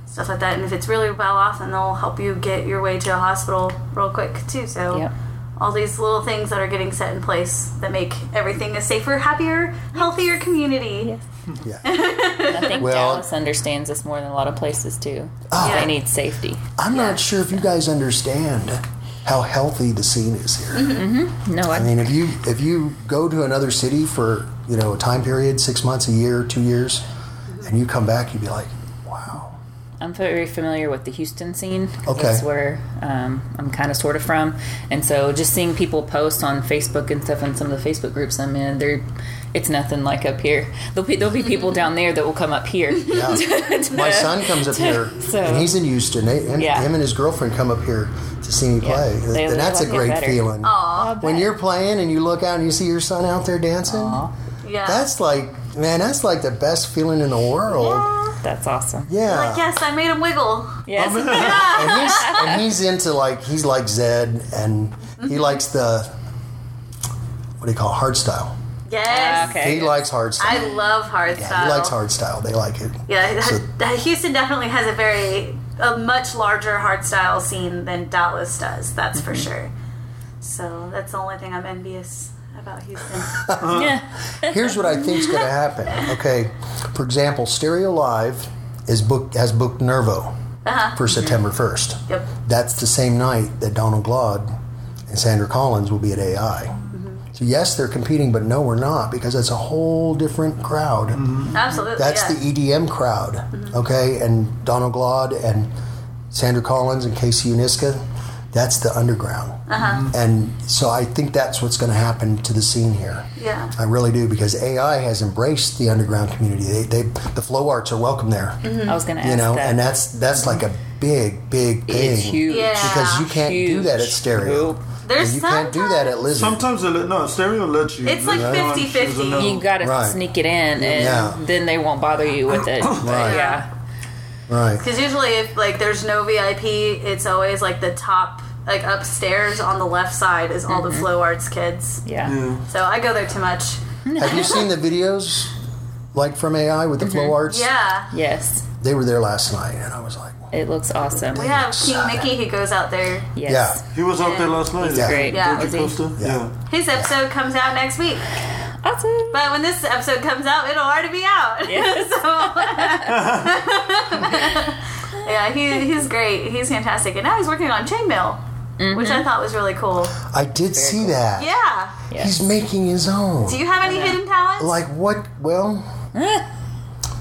stuff like that. And if it's really well off, then they'll help you get your way to a hospital real quick too. So Yep. all these little things that are getting set in place that make everything a safer, happier, healthier community. Yeah. I think Well- Dallas understands this more than a lot of places do. Yeah. They need safety. I'm not sure if you guys understand how healthy the scene is here. Mm-hmm. No, I, I mean, if you if you go to another city for you know a time period, six months, a year, two years, and you come back, you'd be like, wow. I'm very familiar with the Houston scene. 'cause Okay. That's where um, I'm kind of sort of from. And so just seeing people post on Facebook and stuff in some of the Facebook groups I'm in, they're, it's nothing like up here. There'll be, there'll be people down there that will come up here. Yeah. My son comes up here, So- and he's in Houston. They, and Yeah. Him and his girlfriend come up here to see me play. they and that's a like it great better. Oh, feeling. Aw. When you're playing and you look out and you see your son out there dancing, Uh-huh. Yeah. that's like, man, that's like the best feeling in the world. That's awesome. Yeah. like, yes, I made him wiggle. Yes. and he's and he's into like he's like Zed and Mm-hmm. he likes the what do you call it, hard style. Yes. Ah, Okay. He likes hard style. I love hard style. He likes hard style. They like it. Yeah, So- H- Houston definitely has a very a much larger hardstyle scene than Dallas does. That's for Mm-hmm. sure. So that's the only thing I'm envious about Houston. Yeah. Here's what I think's going to happen. Okay, for example, Stereo Live is booked has booked Nervo for September 1st. Uh-huh. Mm-hmm. Yep. That's the same night that Donald Glaude and Sandra Collins will be at AI. Mm-hmm. So yes, they're competing, but no, we're not because that's a whole different crowd. Absolutely. That's yeah. Mm-hmm. the EDM crowd, okay? And Donald Glaude and Sandra Collins and Casey Uniska, that's the underground. Uh-huh. Mm-hmm. And so I think that's what's going to happen to the scene here. Yeah. I really do because AI has embraced the underground community. They, they the flow arts are welcome there, Mm-hmm. I was going to ask you know, that. and that's that's like a big, big thing. it's huge. Yeah. Because you can't do Huge. that at stereo. Nope. There's e- you can't do that at Lizard. Sometimes they let, no stereo lets you. It's like There's no one 50-50. choosing no. You got to Right. sneak it in, and Yeah. then they won't bother you with it. Right. Yeah. Right. Because usually, if like there's no VIP, it's always like the top, like upstairs on the left side is all Mm-hmm. the flow arts kids. Yeah. So I go there too much. Have you seen the videos like from AI with the flow arts? Mm-hmm. Yeah. Yes. They were there last night, and I was like, It looks awesome. We have King Mickey who goes out there. Yes. He was out there last night. Yeah. Great. Yeah. Roger Is he- Costa? Yeah. yeah. His episode comes out next week. Awesome. But when this episode comes out, it'll already be out. Yes. so, yeah, he, he's great. He's fantastic. And now he's working on Chainmail, which I thought was really cool. I did see that. Yeah. He's making his own. Do you have any hidden talents? like what? Well,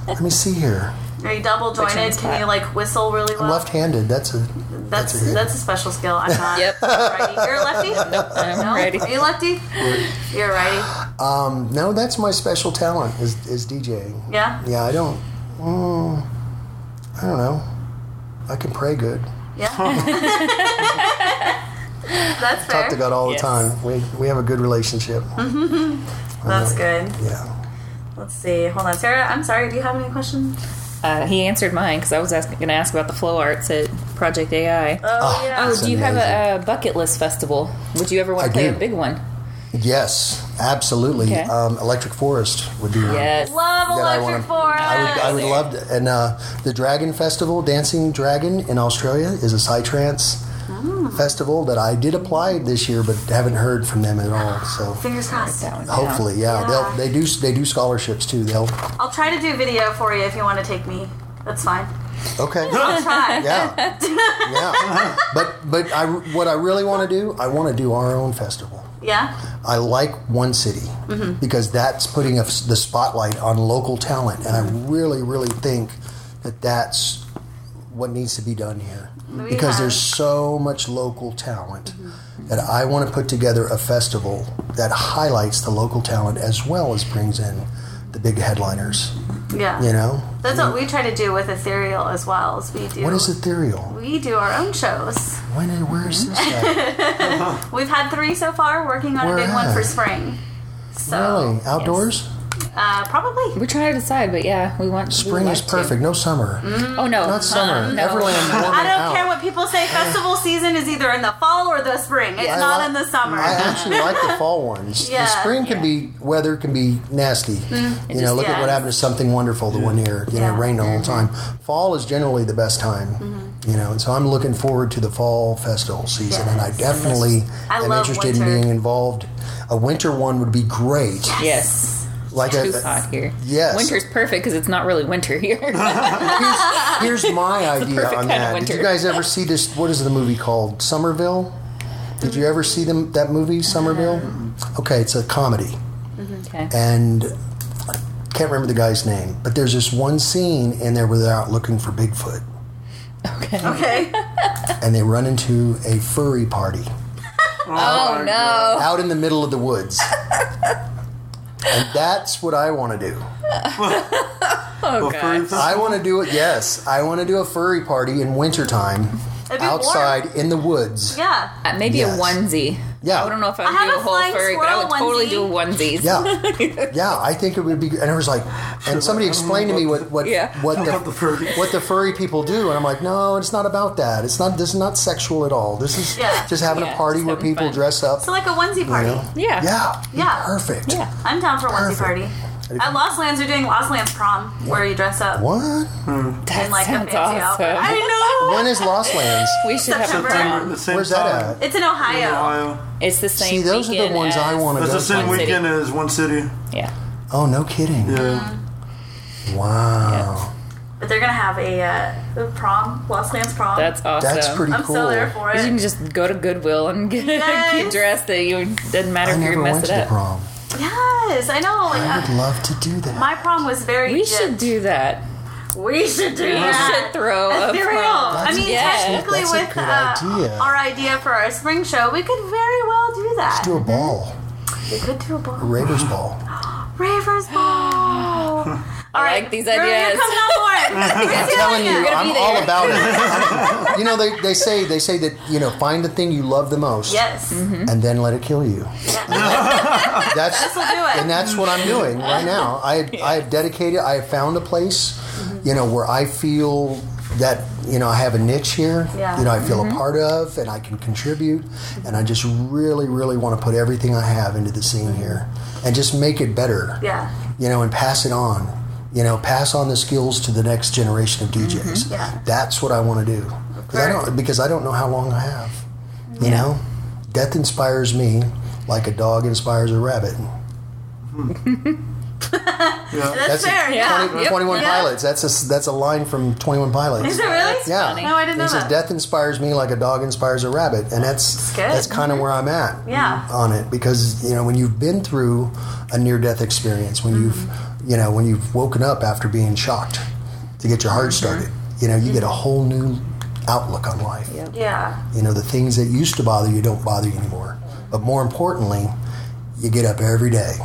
let me see here. Are you double jointed? one's Can that? you like whistle really well? I'm left-handed. That's a that's that's a good- that's a, special skill. I'm not. Yep. Righty. You're a lefty. I'm No? ready. Are you lefty? You're a righty. um. No, that's my special talent is is DJing. Yeah. Yeah, I don't. mm, I don't know. I can pray good. Yeah. that's Talk to fair. God all Yes. the time. We we have a good relationship. That's good. Yeah. Let's see. Hold on, Sarah. I'm sorry. Do you have any questions? Uh, he answered mine because I was asking, going to ask about the flow arts at Project AI. Oh, yeah. oh, that's do you have a, amazing. a bucket list festival? Would you ever want I to play do. a big one? Yes, absolutely. Okay. Um, Electric Forest would be. one. Yes. Love that I Electric wanna- Forest. I would, I would love to. And uh, the Dragon Festival, Dancing Dragon in Australia, is a psytrance Oh. festival that I did apply this year, but haven't heard from them at all. So Fingers crossed. That one down. hopefully, yeah, Yeah. they'll, they do they do scholarships too. They'll I'll try to do video for you if you want to take me. That's fine. okay, I'll try. yeah, yeah. But but I what I really want to do, I want to do our own festival. Yeah. I like one city Mm-hmm. because that's putting a, the spotlight on local Mm-hmm. talent, and I really, really think that that's what needs to be done here. We because have- Mm-hmm. there's so much local talent that I want to put together a festival that highlights the local talent as well as brings in the big headliners. yeah. You know, That's what we try to do with Ethereal as well. Is we do what is ethereal? we do our own shows. When? and Where is this? Mm-hmm. At? We've had three so far. Working on Where a big one for at? spring. So Really? Oh, Outdoors? uh, probably We're trying to decide, but yeah, we want we Spring like is to. perfect. No summer. Oh no, Not summer. no. Everland warming Mm-hmm. I don't out. care what people say. Festival season is either in the fall or the spring. It's I not like- in the summer. I actually like the fall ones. Yeah. Mm. the spring can be weather can be nasty. You know, just- look at yeah. what happened to something wonderful the one year. You know, Yeah. Mm-hmm. rain the whole time. Fall is generally the best time. You know, and so I'm looking forward to the fall festival season, and I definitely I am love interested winter. in being involved. A winter one would be great. Yes, Like too a, hot here. Yes. winter's perfect because it's not really winter here. here's my idea perfect on kind of that. Did you winter. guys ever see this? What is the movie called? Somerville. Did you ever see them that movie Somerville? Mm-hmm. Okay, it's a comedy. okay. and I can't remember the guy's name, but there's this one scene in there where they're out looking for Bigfoot okay. okay. and they run into a furry party Oh no. out in the middle of the woods. And that's what I want to do. Oh Well, god. for- I want to do it, yes. I want to do a furry party in wintertime It'd be warm. outside in the woods. Yeah. Uh, Maybe Yes. a onesie. Yeah. I don't know if I would I have do a a whole flying furry, but I would squirrel totally onesie. do onesies. Yeah, yeah. I think it would be, and it was like, and somebody explained to me what what Yeah. what the, About the furry. what the furry people do, and I'm like, no, it's not about that. It's not. This is not sexual at all. This is Yeah. just having Yeah, a party just where having people fun. dress up. So like a onesie party. you know? Yeah. yeah, Yeah. perfect. Yeah. I'm down for a onesie Perfect. party. At Lost Lands, you're doing Lost Lands prom, where you dress up What? That in like a sounds fancy awesome. outfit. I know. When is Lost Lands? we should have a September. September, prom. the same Where's that time. at? It's in Ohio. Ohio. It's the same. See, those are the weekend ones I as- want to That's go. the same to. One city. weekend as one city. Yeah. Oh, no kidding! Yeah. Mm-hmm. Wow, But they're gonna have a uh, a prom, Lost Lands prom. That's awesome. that's pretty I'm cool. so there for You it. can just go to Goodwill and get, Yes. get dressed. That you doesn't matter I if never you went mess to it the up. prom. Yes, I know. Like, I would uh, love to do that. my prom was very. We gypped. should do that. We should do We that. should throw a Ethereal. prom. I mean, Yeah. technically, That's a with good uh, idea. our idea for our spring show, we could very well do that. do a ball, we could do a a ball. Raiders ball. Ravers ball. All right, like these you're- ideas. You're coming on board. I'm telling you, gonna I'm be all there. about it. I'm- you know, they, they say they say that you know, find the thing you love the most, Yes. and then let it kill you. That's We'll do it. and that's what I'm doing right now. I I have dedicated. I have found a place, Mm-hmm. you know, where I feel that you know I have a niche here. Yeah. Mm-hmm. You know, I feel a part of, and I can contribute, and I just really, really want to put everything I have into the scene here, and just make it better Yeah. you know, and pass it on. You know, pass on the skills to the next generation of DJs. Mm-hmm. Yeah. That's what I want to do. 'Cause I Correct. don't because I don't know how long I have. You know, death inspires me like a dog inspires a rabbit. Yeah. That's, a fair. Ah, Yeah. 20 21 Pilots. That's a that's a line from 21 Pilots. Is it really? yeah. No, I didn't know He says that. death inspires me like a dog inspires a rabbit, and that's good. that's kind of where I'm at. Yeah. On it because you know when you've been through a near death experience, when you've Mm-hmm. you know when you've woken up after being shocked to get your Mm-hmm. heart started, you know you get a whole new outlook on life. Yeah. You know the things that used to bother you don't bother you anymore, but more importantly, you get up every day.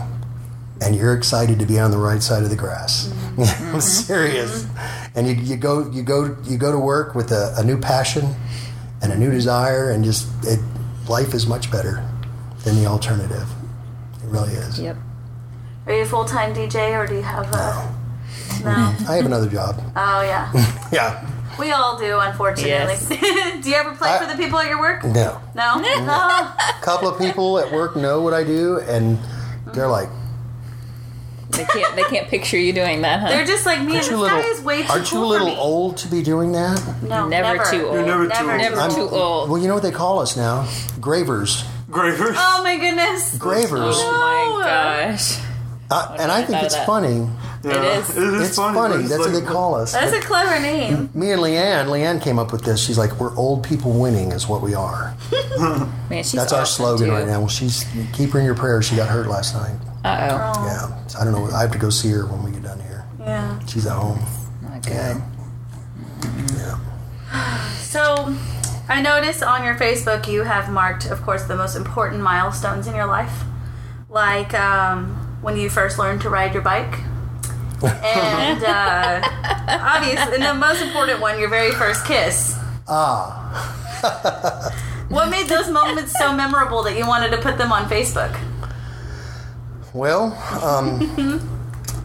And you're excited to be on the right side of the grass. Mm-hmm. I'm serious. And you, you go you go you go to work with a, a new passion and a new desire, and just it, life is much better than the alternative. It really is. Yep. Are you a full time DJ or do you have a. No. I have another job. Oh, yeah. Yeah. We all do, unfortunately. do you ever play I- Mm. for the people at your work? No. No? Oh, No. A couple of people at work know what I do, and they're like, They can't. They can't picture you doing that, huh? They're just like, man, this "Aren't you guy little? is way too aren't you cool a for little me." old to be doing that?" No, never, never. too old. never too old. Never Never. too old. Well, you know what they call us now? Gravers. Graver. Oh, my goodness. Gravers. Oh my gosh. Uh, and I think thought of it's that. funny. Yeah. is. It is It's funny. but it's That's like- what they call us. That's a clever name. Me and Leanne, Leanne came up with this. She's like, "We're old people winning is what we are." Man, she's That's our slogan right now. Well, she's keep her in your prayers. She got hurt last night. Uh Oh, Yeah, so I don't know. I have to go see her when we get done here. yeah. She's at home. oh. My God. Yeah. So, So, I notice on your Facebook you have marked, of course, the most important milestones in your life, like um, when you first learned to ride your bike. and uh, obviously, and the most important one, your very first kiss. Ah, What made those moments so memorable that you wanted to put them on Facebook? well, um,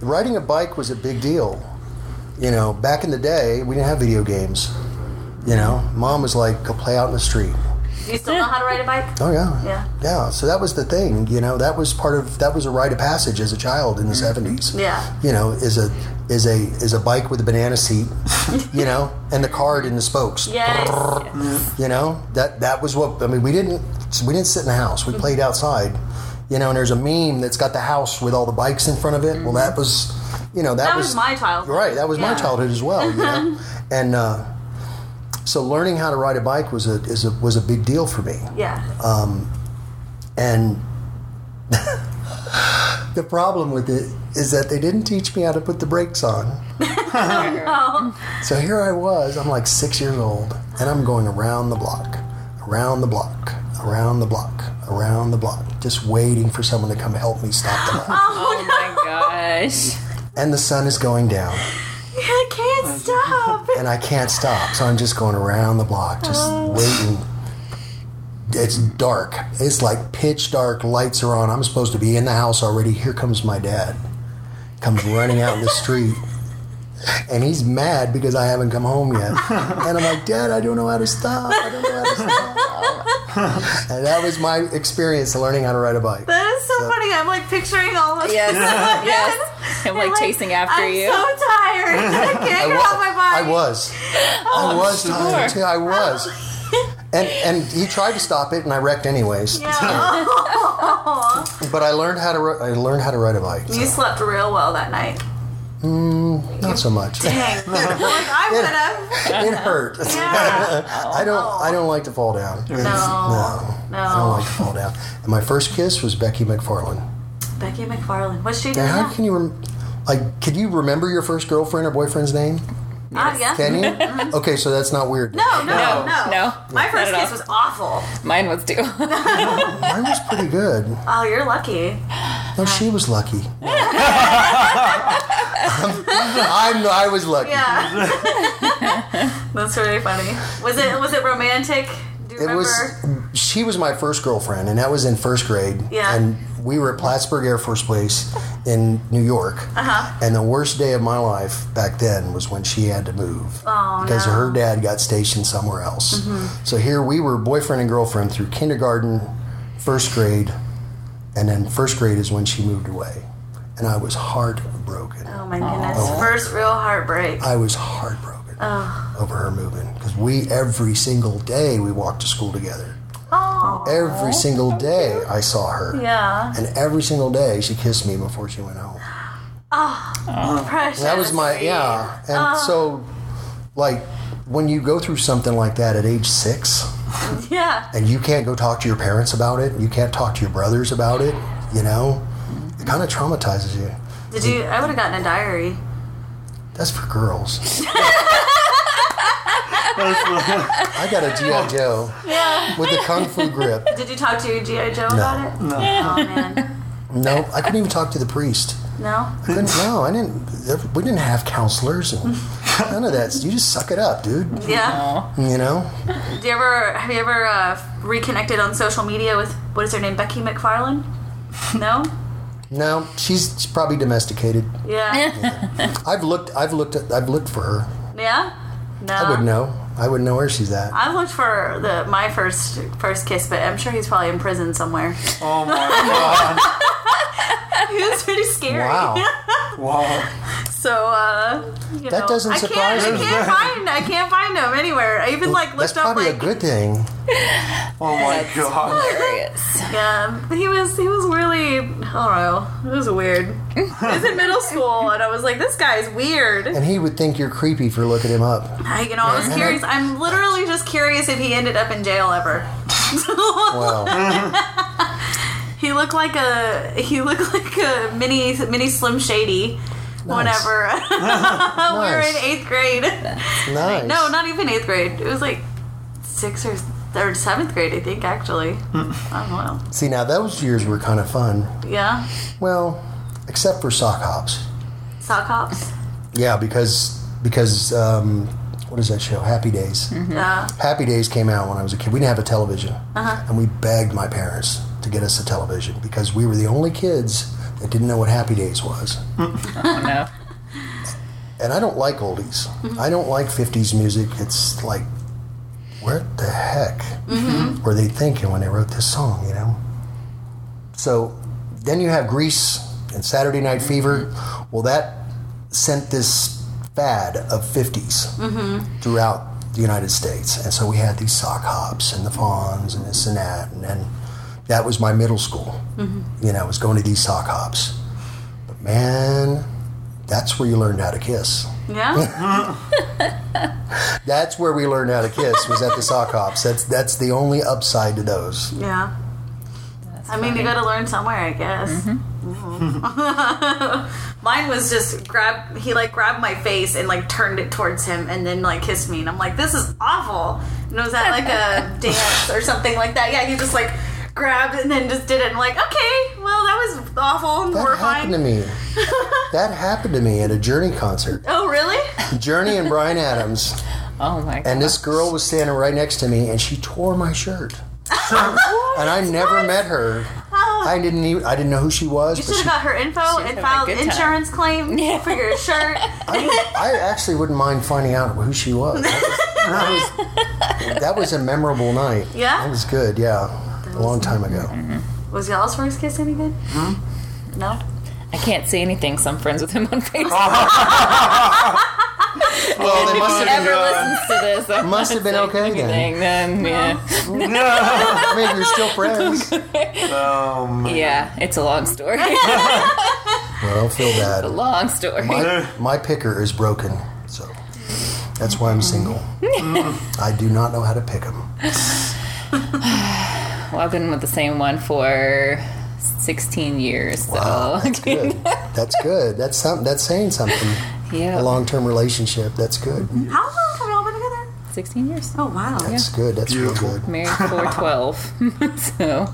riding a bike was a big deal. You know, back in the day, we didn't have video games. You know, mom was like, go play out in the street. Do you still know how to ride a bike? Oh yeah. Yeah. Yeah. So that was the thing, you know, that was part of that was a rite of passage as a child in the 70s Mm-hmm. Yeah. You know, is a is a is a bike with a banana seat, you know, and the card in the spokes. Yes. You know? That that was what I mean, we didn't we didn't sit in the house. Mm-hmm. We played outside. You know, and there's a meme that's got the house with all the bikes in front of it. Well, that was you know, that, Mm-hmm. That was my childhood. Right, that was my Yeah. childhood as well, you know. and uh, so learning how to ride a bike was a is a was a big deal for me Yeah. Uh, and the problem with it is that they didn't teach me how to put the brakes on. so here I was, I'm like six years old, and I'm going around the block, around the block, around the block, around the block, just waiting for someone to come help me stop the bike. Oh my gosh. and the sun is going down, I can't stop. and I can't stop, so I'm just going around the block, just waiting. It's dark. It's like pitch dark. Lights are on. I'm supposed to be in the house already. Here comes my dad. Comes running out in the street. And he's mad because I haven't come home yet. And I'm like, Dad, I don't know how to stop. I don't know how to stop. And that was my experience learning how to ride a bike. That is so funny. I'm like picturing all of Yes. Yes. yes. Him like chasing after I'm you. so tired. I can't get off my I body. was. I was tired too. I was. And and he tried to stop it, and I wrecked anyways. Yeah. But I learned how to ri- I learned how to ride a bike. you slept real well that night. Not so much. Dang. like I would have. it hurt. Yeah. I don't. I don't like to fall down. No. No, I don't No. like to fall down. And my first kiss was Becky McFarland. Becky McFarland. What's she doing? And now? how can you, rem- like, could you remember your first girlfriend or boyfriend's name? Ah, yeah. Can you? okay, so that's not weird. No, no, no, No, no. My Not first at all. kiss was awful. Mine was too. mine was pretty good. Oh, you're lucky. No, she was lucky. I'm, I was lucky. Yeah. That's really funny. Was it was it romantic? Do you It remember? was. She was my first girlfriend, and that was in first grade. Yeah. And we were at Plattsburgh Air Force Base in New York. Uh-huh. And the worst day of my life back then was when she had to move Oh, because no. Mm-hmm. her dad got stationed somewhere else. So here we were boyfriend and girlfriend through kindergarten, first grade, and then first grade is when she moved away, and I was heartbroken. oh my goodness. First real heartbreak. I was heartbroken over her moving because we every single day we walked to school together. Oh. Every single day I saw her. Yeah. And every single day she kissed me before she went home. Precious. That was my yeah. And Oh. so like when you go through something like that at age 6 Yeah. and you can't go talk to your parents about it, you can't talk to your brothers about it, you know? It kind of traumatizes you. Did you? I would have gotten a diary. That's for girls. I got a G.I. Joe Yeah. with the kung fu grip. Did you talk to your GI Joe about it? No. Oh man. No, I couldn't even talk to the priest. No. Couldn't, no, I didn't. We didn't have counselors and none of that. You just suck it up, dude. Yeah. You know? Do you ever have you ever uh, reconnected on social media with what is her name Becky McFarland? No. No, she's probably domesticated. Yeah. I've looked. I've looked. I've looked for her. yeah. No. I wouldn't know. I wouldn't know where she's at. Uh-huh. I looked for the my first first kiss, but I'm sure he's probably in prison somewhere. Oh my he was pretty scary. Wow. god! Wow. So uh, you That know, doesn't I surprise can't, me. I can't find I can't find him anywhere. I even like That's looked up probably like a good thing. Oh my god! Hilarious. yeah, but he was he was really I don't know it was weird. He was in middle school and I was like this guy's weird. And he would think you're creepy for looking him up. I, you know I was curious. I'm literally just curious if he ended up in jail ever. Wow. He looked like a he looked like a mini mini Slim Shady. Nice. Whenever we were in Nice. eighth grade. Nice. No, not even eighth grade. It was like sixth or third, seventh grade, I think, actually. Hmm. I don't know. See, now those years were kind of fun. Yeah. Well, except for sock hops. Sock hops. Yeah, because because um, what is that show? Happy Days. Yeah. Happy Days came out when I was a kid. We didn't have a television, Uh-huh. and we begged my parents to get us a television because we were the only kids that didn't know what Happy Days was. Oh, no. And I don't like oldies. I don't like '50s music. It's like, where the heck were they thinking when they wrote this song? You know. So then you have Grease and Saturday Night Fever. Well, that sent this fad of 50s throughout the United States. And so we had these sock hops and the fawns and this and that. And then that was my middle school. You know, I was going to these sock hops. But man, that's where you learned how to kiss. Yeah. That's where we learned how to kiss was at the sock hops. That's that's the only upside to those. Yeah. I mean, you gotta learn somewhere, I guess. Mm-hmm. Mhm. Mine was just grab. He like grabbed my face and like turned it towards him, and then like kissed me, and I'm like, "This is awful." And it was at like a dance or something like that. Yeah, he just like grabbed and then just did it. And like, okay, well, that was awful and That happened to horrifying. me. that happened to me at a Journey concert. Oh, really? Journey and Brian Adams. Oh my god. And this girl was standing right next to me, and she tore my shirt. and I never met her. I didn't even I didn't know who she was. You but should she, have got her info Should've and had a filed good time. insurance claim Yeah. for your shirt. I, would- I actually wouldn't mind finding out who she was. That was, that was, that was a memorable night. Yeah? That was good. Yeah, a long time ago. Was y'all's first kiss any good? Hmm? No. I can't say anything. So I'm friends with him on Facebook. Oh, Well, they Oh, must If he have ever been. uh, listens to this, I Must have been okay then. anything, then yeah, Maybe you're still friends. Um, yeah, it's a long story. Well, don't feel bad. long story. My, my picker is broken, so that's why I'm single. I do not know how to pick them. Well, I've been with the same one for 16 years. So Wow, that's good. That's good. That's something. That's saying something. yeah, A long-term relationship. That's good. How long have y'all been together? 16 years. Oh wow. That's good. That's real Beautiful. good. Married for 12. so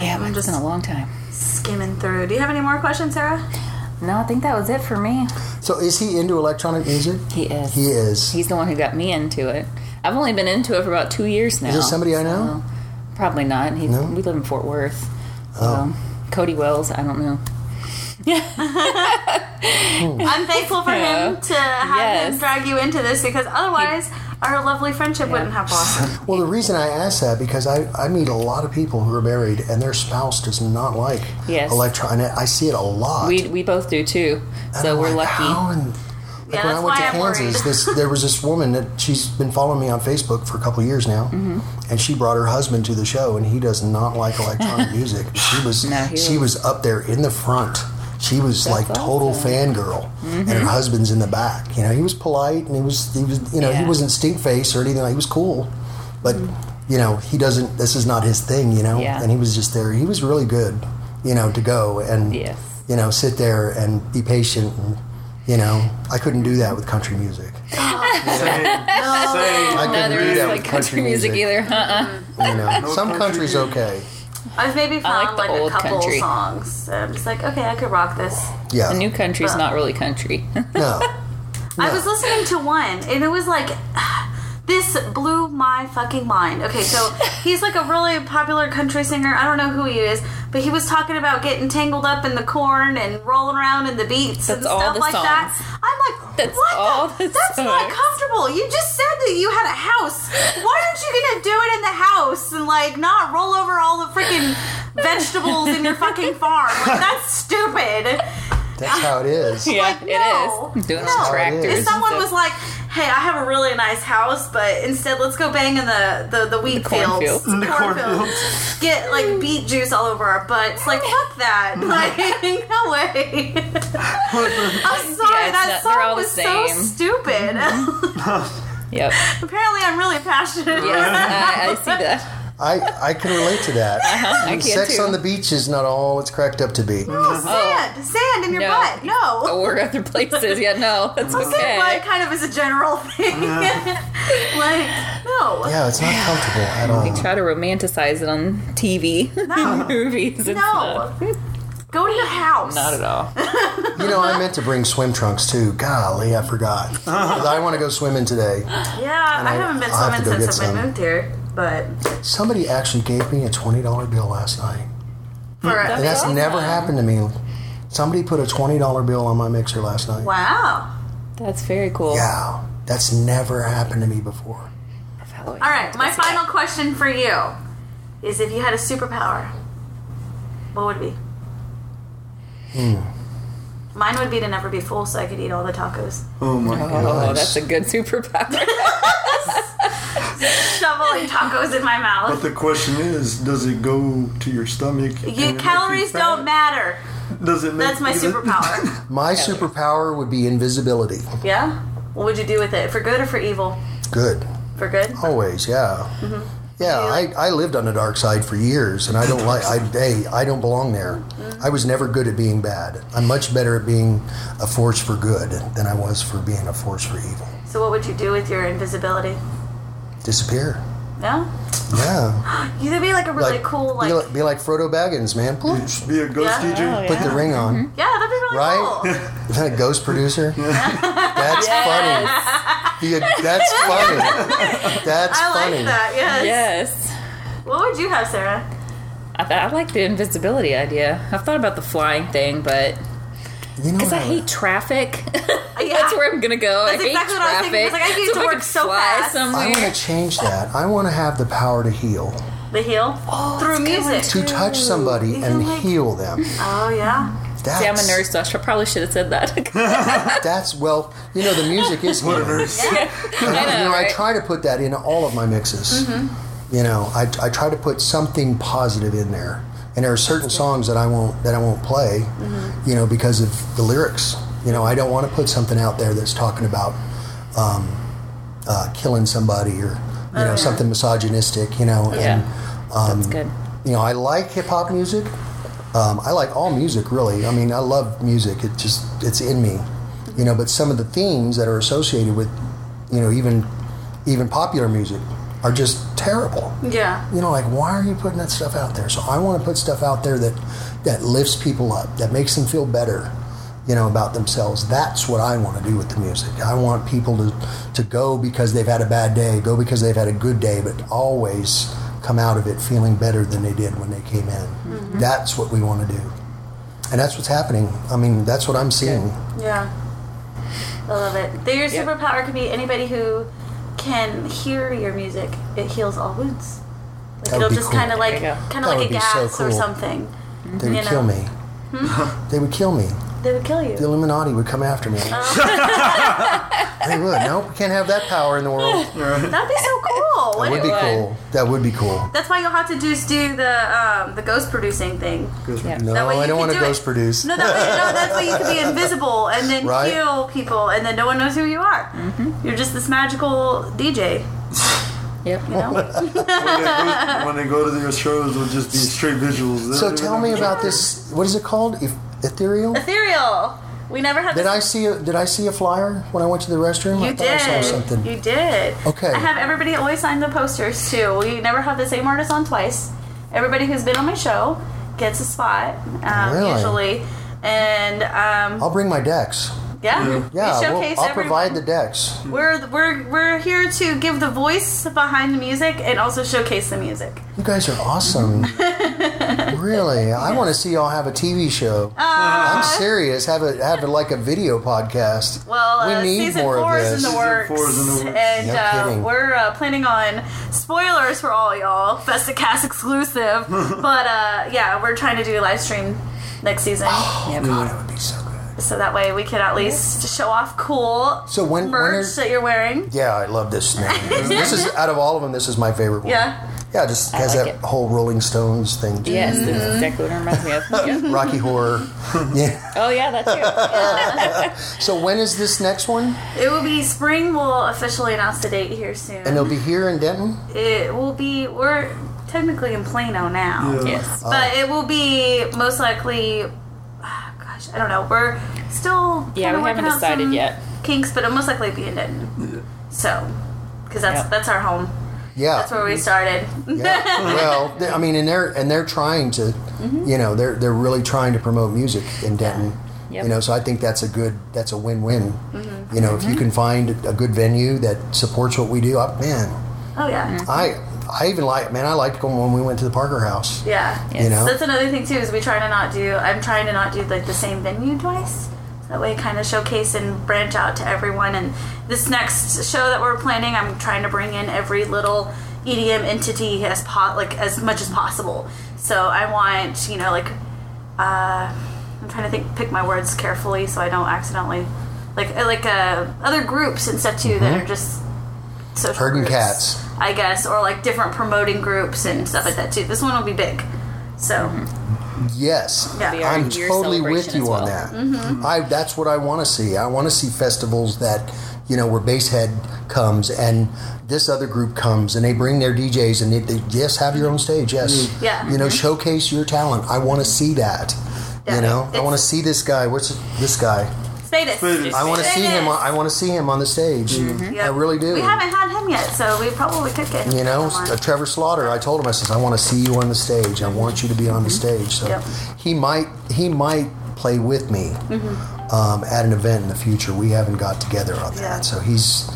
yeah, but it's just- been a long time. Skimming through. Do you have any more questions, Sarah? No, I think that was it for me. So, is he into electronic music? He is. He is. He's the one who got me into it. I've only been into it for about two years now. Is this somebody I know? So, probably not. He, No? Oh. We live in Fort Worth. So Cody Wells, I don't know. I'm thankful for him to have Yes. him drag you into this because otherwise our lovely friendship wouldn't have blossomed. Well, the reason I ask that because I, I meet a lot of people who are married and their spouse does not like Yes. electronic. I see it a lot. We, we both do too. And So I'm we're like, lucky. How in- like Yeah, when I that's went to why I'm worried. Kansas, this there was this woman that she's been following me on Facebook for a couple years now, and she brought her husband to the show, and he does not like electronic music. She was No, he she was up there in the front. She was like total fangirl, and her husband's in the back. You know, he was polite, and he was he was you know he Yeah. wasn't stink face or anything. He was cool, but you know he doesn't. This is not his thing. You know, Yeah. and he was just there. He was really good. You know, to go and Yes. you know, sit there and be patient. And, you know, I couldn't do that with country music. Same. Same. I couldn't do There's that like with country music, either. Uh-uh. You know, some country countries okay. I've maybe found the like, a old couple country. songs. So I'm just like, okay, I could rock this. Yeah, The new country's not really country. no, I was listening to one, and it was like, this blew my fucking mind. Okay, so he's like a really popular country singer. I don't know who he is, but he was talking about getting tangled up in the corn and rolling around in the beats and That's all stuff the like that. songs. I'm like, That's what? the- all the That's not songs. comfortable. You just said that you had a house. Why aren't you gonna do it in the house and like not roll over all the freaking vegetables in your fucking farm? Like, that's stupid. that's how it is. yeah, Like, no. it is. Doing No. no. It tractors. is. If Isn't someone and was stuff. like, "Hey, I have a really nice house, but instead let's go bang in the the, the wheat fields, cornfields. the cornfields. get like beet juice all over our butts," like fuck that, like no way. I'm sorry, Yeah, it's that not- they're song all the was so same. stupid. Yep. Apparently, I'm really passionate. I, I see that. I I can relate to that. I can Sex too. Mm. on the beach is not all it's cracked up to be. No, sand, sand in your Oh. No. butt. No. or other places. Yeah, no, that's Sand okay. butt kind of is a general thing. like, no. Yeah, it's not comfortable at all. They try to romanticize it on TV, No. movies. It's not- No. Go to your house. not at all. You know, I meant to bring swim trunks too. Golly, I forgot. Uh-huh. 'Cause I want to go swimming today. Yeah, And I I'll- haven't been I'll have to swimming go since get I some. moved here, but Somebody actually gave me a $20 bill last night. for And that's never happened to me. Somebody put a $20 bill on my mixer last night. wow. That's very cool. Yeah, that's never happened to me before. All All right, my final question for you is: If you had a superpower, what would it be? Hmm. Mine would be to never be full, so I could eat all the tacos. Oh my god. Oh, Nice. that's a good superpower. Shoveling tacos in my But mouth. the question is, does it go to your stomach? and it You make calories fat? don't matter. Does it make That's my does it- superpower. My superpower would be invisibility. yeah. What would you do with it? For good or for evil? Good. For good. Always, yeah. Mm-hmm. Yeah, I, I lived on the dark side for years, and I don't like. I hey, I don't belong there. Mm-hmm. I was never good at being bad. I'm much better at being a force for good than I was for being a force for evil. So what would you do with your invisibility? Disappear. No. Yeah, You'd be like a really cool like. be like be like Frodo Baggins, man. Put Be a ghost Yeah. Mm-hmm. DJ? Oh, the ring on. yeah, that'd be really Right? cool. Is that a ghost producer? That's funny. You- that's funny. That's I funny. like that. Yes. yes. What would you have, Sarah? I, th- I like the invisibility idea. I've thought about the flying thing, but You know, because I what? hate traffic, Oh. Yeah. that's where I'm gonna go. That's I hate exactly what I was traffic. thinking. I was like, I need So to if work could so fly fast. I somewhere. want to change that. I want to have the power to heal, The heel Oh, through music. to touch somebody and like- heal them. Oh yeah. That's, See, I'm a nurse, so I should- probably should have said that. That's well, you know, the music is. What a healing. nurse. And, I know, you know, right? Mm-hmm. I try to put that in all of my mixes. You know, I, I try to put something positive in there, and there are certain songs that I won't that I won't play, Mm-hmm. you know, because of the lyrics. You know, I don't want to put something out there that's talking about um, uh, killing somebody or you know something misogynistic. You know, Oh, Yeah. and um, That's good. you know, I like hip hop music. Um, I like all music, really. I mean, I love music. It just it's in me, you know. But some of the themes that are associated with, you know, even even popular music are just terrible. Yeah. You know, like why are you putting that stuff out there? So I want to put stuff out there that that lifts people up, that makes them feel better, you know, about themselves. That's what I want to do with the music. I want people to to go because they've had a bad day, go because they've had a good day, but always come out of it feeling better than they did when they came in. Mm-hmm. That's what we want to do. And that's what's happening. I mean, that's what I'm seeing. Yeah. I love it. Your superpower could be anybody who can hear your music. It heals all wounds. Like That would it'll be just cool. kind of like There you go. kind That of like would a be so gas or cool. something. They would You know. Hmm? kill me. They would kill me. They would kill The you. Illuminati would come after me. they would. Nope, we can't have that power in the world. That'd be so cool. That would wouldn't be it? cool. That would be cool. That's why you'll have to just do the um, the ghost producing thing. No, That way you I don't can want to do ghost it. produce. No, that way, no, that's why you could be invisible and then Right. heal people, and then no one knows who you are. You're just this magical DJ. yep. You know? When they go- when they go to their shows, it'll just be straight visuals. So tell me about this. What is it called? Eth- Ethereal? Ethereal. We never had. Did this- I see? A, did I see a flyer when I went to the restroom? I You thought did. I saw something. You did. Okay. I have everybody always sign the posters too. We never have the same artist on twice. Everybody who's been on my show gets a spot um, Really? usually, and um, I'll bring my decks. yeah, Yeah, we we'll- showcase I'll everyone. provide the decks. We're, we're, we're here to give the voice behind the music and also showcase the music. You guys are awesome. really, I want to see y'all have a TV show. I'm serious. Have a have a, like a video podcast. Well, we uh, need season more four of is this. in the Season works, four is in the works. and No uh, kidding. we're uh, planning on spoilers for all y'all, Festacast exclusive. but uh, yeah, we're trying to do a live stream next season, God, it would be so good. so that way we can at least show off cool So when when merch are- that you're wearing. yeah, I love this name. this is out of all of them. This is my favorite one. Yeah. Yeah, just has like that it. whole Rolling Stones thing. too. Yes, Mm-hmm. that's exactly what it reminds me of. Yeah. Rocky Horror. Yeah. Oh yeah, that too. So when is this next one? It will be spring. We'll officially announce the date here soon. And it'll be here in Denton. it will be. We're technically in Plano now. Yes. But it will be most likely. ah, Gosh, I don't know. We're still kinda Yeah, we haven't working out decided some yet. Kinks, but it'll most likely be in Denton. So, because that's Yep. that's our home. Yeah. That's where we started. Yeah. well, they- I mean, and they're and they're trying to, you know, they're they're really trying to promote music in Denton. Yep. You know, so I think that's a good that's a win win. You know, if you can find a good venue that supports what we do, I, man, Oh yeah. Mm. I I even like man, I liked going when we went to the Parker House. Yeah. You know, That's another thing too is we try to not do. I'm trying to not do like the same venue twice. That way, kind of showcase and branch out to everyone. And this next show that we're planning, I'm trying to bring in every little EDM entity as po- like as much as possible. So I want you know like uh, I'm trying to think, pick my words carefully so I don't accidentally like like uh, other groups and stuff too that are just social Herding groups, Mm-hmm. cats. I guess, or like different promoting groups and stuff like that too. This one will be big. So Mm-hmm. yes, Yeah. Be our I'm year totally with celebration you as on well. that. Mm-hmm. I that's what I want to see. I want to see festivals that, you know, where Basshead comes and this other group comes and they bring their DJs and they, they yes, have your own stage. Yes, Mm-hmm. Yeah. you know, showcase your talent. I want to see that. Yeah. You know, I It's- want to see this guy. What's this guy? Spadis. Spadis. I want to see him. On, I want to see him on the stage. I really do. Mm-hmm. We haven't had him yet, so we probably could get him. You know, Come on. uh, Trevor Slaughter. I told him, I says, I want to see you on the stage. I want you to be on the stage. So Mm-hmm. Yep. he might he might play with me um, at an event in the future. We haven't got together on Mm-hmm. Yeah. that, so he's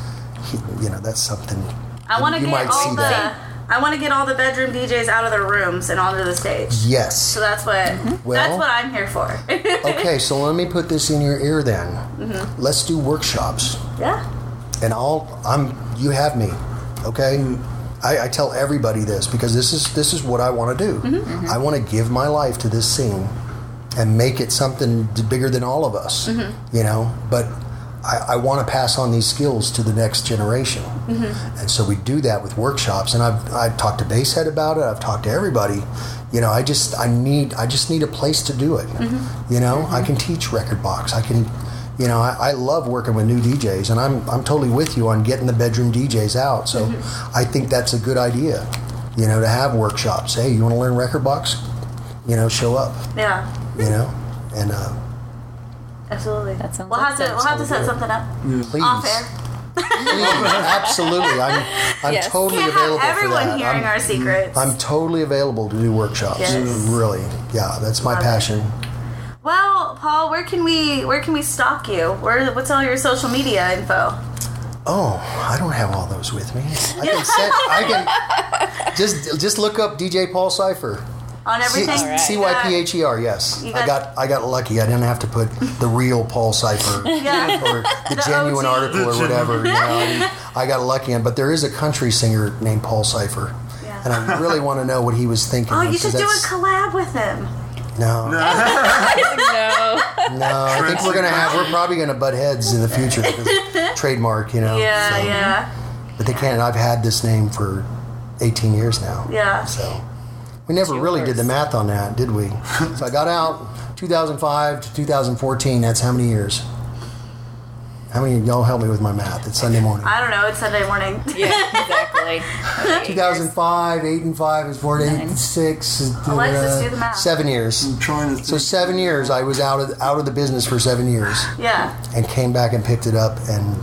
he, you know that's something. I want to you get might all see the that. I want to get all the bedroom DJs out of their rooms and onto the stage. Yes. So that's what that's Mm-hmm. Well- what I'm here for. okay, so let me put this in your ear then. Mm-hmm. Let's do workshops. yeah. and all I'm you have me, okay? I, I tell everybody this because this is this is what I want to do. I want to give my life to this scene and make it something d- bigger than all of us, you know. But I, I want to pass on these skills to the next generation, and so we do that with workshops. And I've I've talked to Basehead about it. I've talked to everybody. You know, I just I need I just need a place to do it. You know, I can teach record box. I can you know, I, I love working with new DJs, and I'm I'm totally with you on getting the bedroom DJs out. So I think that's a good idea. You know, to have workshops. Hey, you want to learn record box? You know, show up. Yeah. You know, and uh, Absolutely. That sounds we'll have to awesome. we'll have to set something up please, off air. please, absolutely. I'm I'm Yes. totally Can't available have everyone for that. hearing I'm, our secrets. I'm totally available to do workshops. Yes. Really, yeah, that's my Love it. passion. well, Paul, where can we where can we stalk you? Where what's all your social media info? Oh, I don't have all those with me. I can set. I can just just look up DJ Paul Cipher. On everything. Alright. C Y P H E R. Yes, You got- I got I got lucky. I didn't have to put the real Paul Cipher Yeah. or the, genuine OG. article or The whatever. You know, I, I got lucky, but there is a country singer named Paul Cipher, Yeah. and I really want to know what he was thinking. Oh, you because should do a that's- collab with him. No, no, no. I think we're gonna have we're probably gonna butt heads in the future. 'cause trademark, you know. Yeah, Oh, so- yeah, But they can't. I've had this name for 18 years now. yeah. So we never really did the math on that, did we? so I got out 2005 to 2014. That's how many years? How many? Y'all help me with my math. It's Sunday morning. I don't know. It's Sunday morning. Yeah, exactly. 2005, 8 and 5 is 4 and 8 Nine. is 6. is, uh, Alexis, do the math. 7 years. I'm trying to. So think. 7 years I was out of out of the business for 7 years Yeah, and came back and picked it up and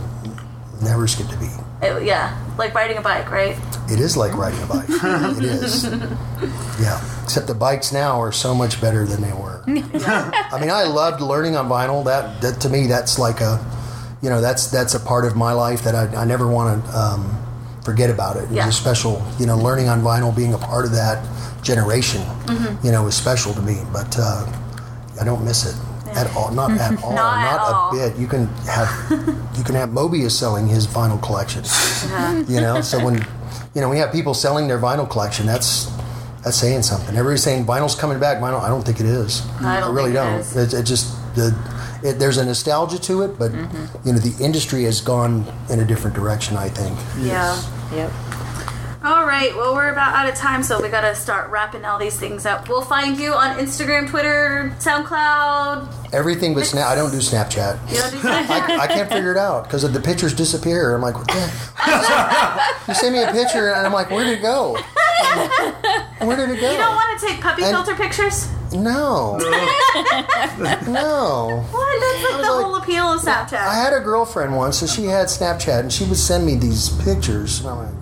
never skipped a beat. It- yeah. Like riding a bike, right? It is like riding a bike. it is. Yeah. Except the bikes now are so much better than they were. I mean, I loved learning on vinyl. That, that to me, that's like a, you know, that's that's a part of my life that I, I never want to um, forget about it. It Yeah. was special. You know, learning on vinyl, being a part of that generation, Mm-hmm. you know, was special to me. But uh, I don't miss it at all. Not at all. Not at a all. bit. You can have, you can have Mobius selling his vinyl collection you know so when you know we have people selling their vinyl collection that's that's saying something everybody's saying vinyl's coming back vinyl i don't think it is I don't really think it don't is. It, it just the it, there's a nostalgia to it but Mm-hmm. you know the industry has gone in a different direction i think Yeah. Yep. All right. Well, we're about out of time, so we gotta start wrapping all these things up. We'll find you on Instagram, Twitter, SoundCloud. everything but snap i don't do snapchat You know, do that. I can't figure it out because the pictures disappear. I'm like, what the? you send me a picture and I'm like, where did it go? Where did it go? you don't want to take puppy And- filter pictures. No, no. What? That's like the like- whole appeal of Snapchat. I had a girlfriend once, and she had Snapchat, and she would send me these pictures, and I went,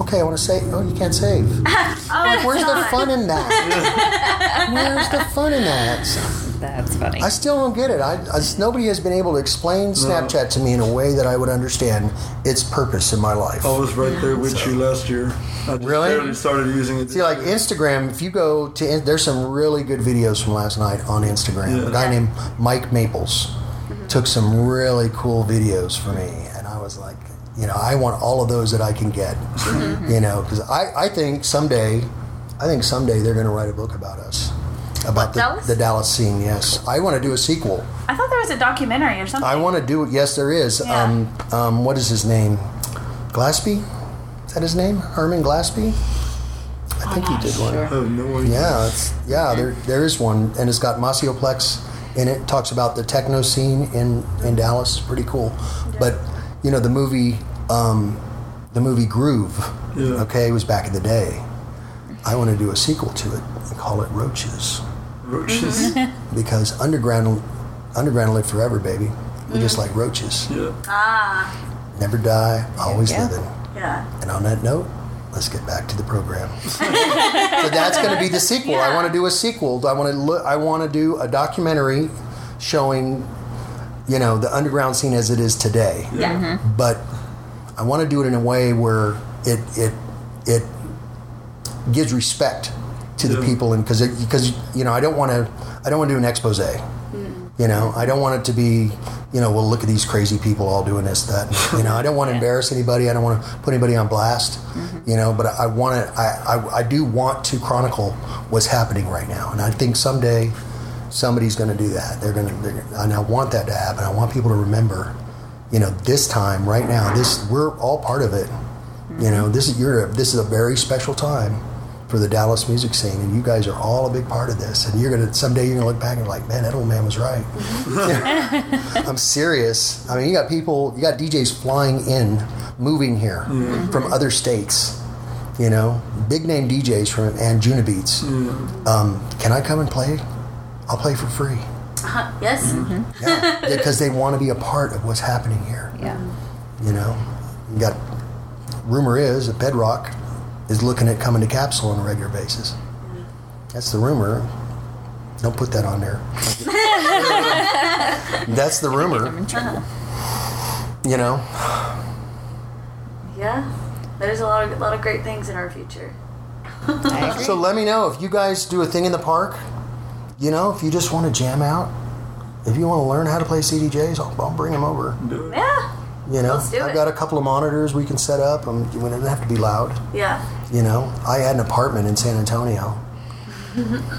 "Okay, I want to save. Oh, you can't save. oh, it's Where's the not. fun in that? Where's the fun in that? That's funny. I still don't get it. I, I nobody has been able to explain Snapchat to me in a way that I would understand its purpose in my life. I was right there with you last year. I just Really? barely started using it. See, like Instagram, if you go to, there's some really good videos from last night on Instagram. A guy named Mike Maples Mm-hmm. took some really cool videos for me, and I was like, you know, I want all of those that I can get, Mm-hmm. you know, because I, I think someday, I think someday they're going to write a book about us, about the Dallas? the Dallas scene. Yes, I want to do a sequel. I thought there was a documentary or something. I want to do it. Yes, there is. Yeah. Um, um, what is his name? Glaspie? Is that his name? Herman Glaspie? I think he did one. I have no idea. Yeah, it's, yeah. There, there is one, and it's got Masioplex in it. Talks about the techno scene in in Dallas. Pretty cool. But you know the movie, um, the movie Groove. Yeah. Okay, was back in the day. I want to do a sequel to it and call it Roaches Roaches. because underground, underground live forever, baby. We just like roaches. yeah. Never die, always Yeah. living. yeah. And on that note, let's get back to the program. so that's going to be the sequel. I want to do a sequel. I want to look. I want to do a documentary showing, you know, the underground scene as it is today. Yeah. But I want to do it in a way where it it it gives respect to the Yeah. people and because because you know I don't want to I don't want to do an expose. You know, I don't want it to be, you know, well, look at these crazy people all doing this, that. You know, I don't want to embarrass anybody. I don't want to put anybody on blast. You know, but I want to. I, I I do want to chronicle what's happening right now, and I think someday somebody's going to do that. They're going to, they're, gonna- and I want that to happen. I want people to remember, you know, this time, right now, this we're all part of it. You know, this is you're this is a very special time for the Dallas music scene, and you guys are all a big part of this. And you're gonna someday you're gonna look back and be like, man, that old man was right. I'm serious. I mean, you got people, you got DJs flying in, moving here from other states. You know, big name DJs from and Juna Beats. Um, can I come and play? I'll play for free. Huh, Uh-huh. Yes. Mm-hmm. Yeah, because they want to be a part of what's happening here. yeah. You know, you got rumor is that Bedrock is looking at coming to Capsule on a regular basis. That's the rumor. Don't put that on there. That's the rumor. You know, Yeah. There's a lot of lot of great things in our future. I agree. so let me know if you guys do a thing in the park. You know, if you just want to jam out, if you want to learn how to play CDJs, I'll, I'll bring them over. Yeah. You know, Let's do I've it. got a couple of monitors we can set up. Um, it doesn't have to be loud. Yeah. You know, I had an apartment in San Antonio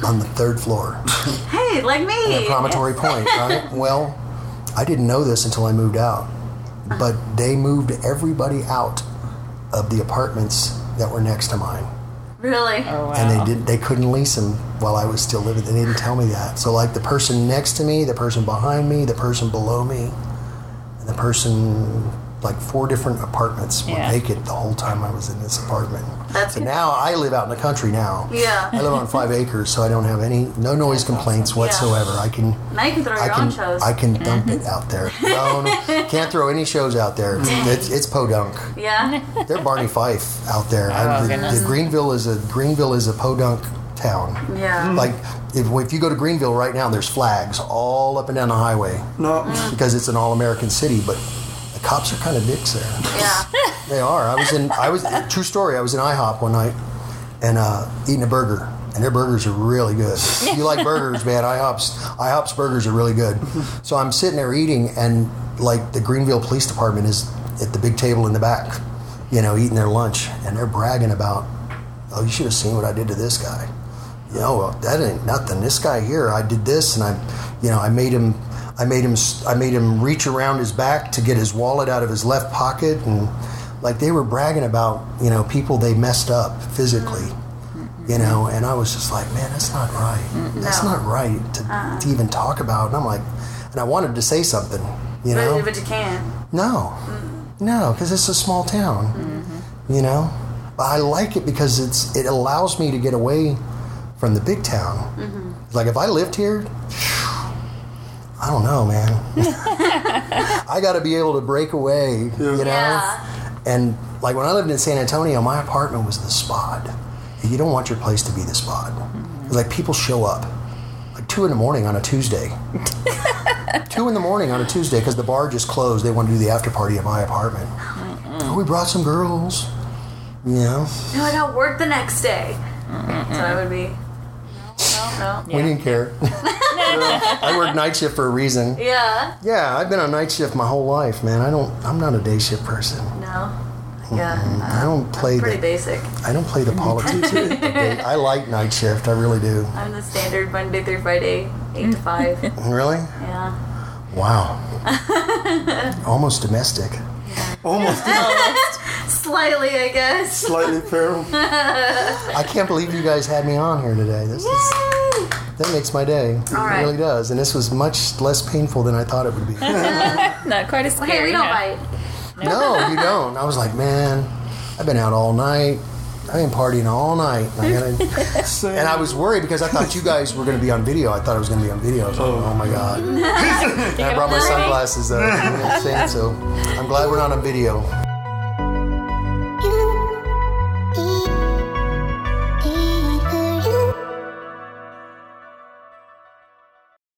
on the third floor, Hey, like me. Promontory Point, right? Well, I didn't know this until I moved out, but they moved everybody out of the apartments that were next to mine. Really? oh, wow. And they didn't they couldn't lease them while I was still living. They didn't tell me that. So like the person next to me, the person behind me, the person below me, and the person like four different apartments were Yeah. vacant the whole time I was in this apartment. That's so good. now I live out in the country now. I Yeah. live on five acres, so I don't have any no noise complaints whatsoever. I can Now you can throw your I own can shows. I can dump it out there. No, no, can't throw any shows out there. It's it's podunk. yeah. They're Barney Fife out there. I- the, goodness. the Greenville is a Greenville is a podunk town. Yeah. Like if, if you go to Greenville right now, there's flags all up and down the highway No. because it's an all-American city. But the cops are kind of dicks there. Yeah. They are. I was in. I was true story. I was in IHOP one night and uh, eating a burger, and their burgers are really good. If you like burgers, man? IHOP's IHOP's burgers are really good. So I'm sitting there eating, and like the Greenville Police Department is at the big table in the back, you know, eating their lunch, and they're bragging about, oh, you should have seen what I did to this guy. You know, well, that ain't nothing. This guy here, I did this, and I, you know, I made him. I made him. s- I made him reach around his back to get his wallet out of his left pocket, and like they were bragging about you know people they messed up physically you know and i was just like man that's not right that's No. Uh-uh. not right to, to even talk about and i'm like and i wanted to say something you know But, but you can. no no because it's a small town you know but i like it because it's it allows me to get away from the big town. Like if I lived here, I don't know, man. I got to be able to break away, you know. Yeah. And like when I lived in San Antonio, my apartment was the spot. You don't want your place to be the spot. 'Cause, Like people show up like two in the morning on a Tuesday. two in the morning on a Tuesday because the bar just closed. They want to do the after party at my apartment. "Oh, we brought some girls. You know, No, I got work the next day. So I would be. No, no, no. we didn't care. I worked night shift for a reason. Yeah. Yeah, I've been on night shift my whole life, man. I don't. I'm not a day shift person. No. Yeah. I don't play Pretty the. basic. I don't play the politics. of the day. I like night shift. I really do. I'm the standard Monday through Friday, 8 to 5. Really? Yeah. Wow. Almost domestic. Almost Slightly, I guess. slightly feral. I can't believe you guys had me on here today. This is, Yay! that makes my day. All it right. really does. And this was much less painful than I thought it would be. Not quite as scary. Okay, we don't no. bite. no, you don't. I was like, man, I've been out all night. I've been partying all night. I gotta, and I was worried because I thought you guys were going to be on video. I thought I was going to be on video. I was like, oh, my God. And I brought my sunglasses up. You know what I'm saying? So I'm glad we're not on video.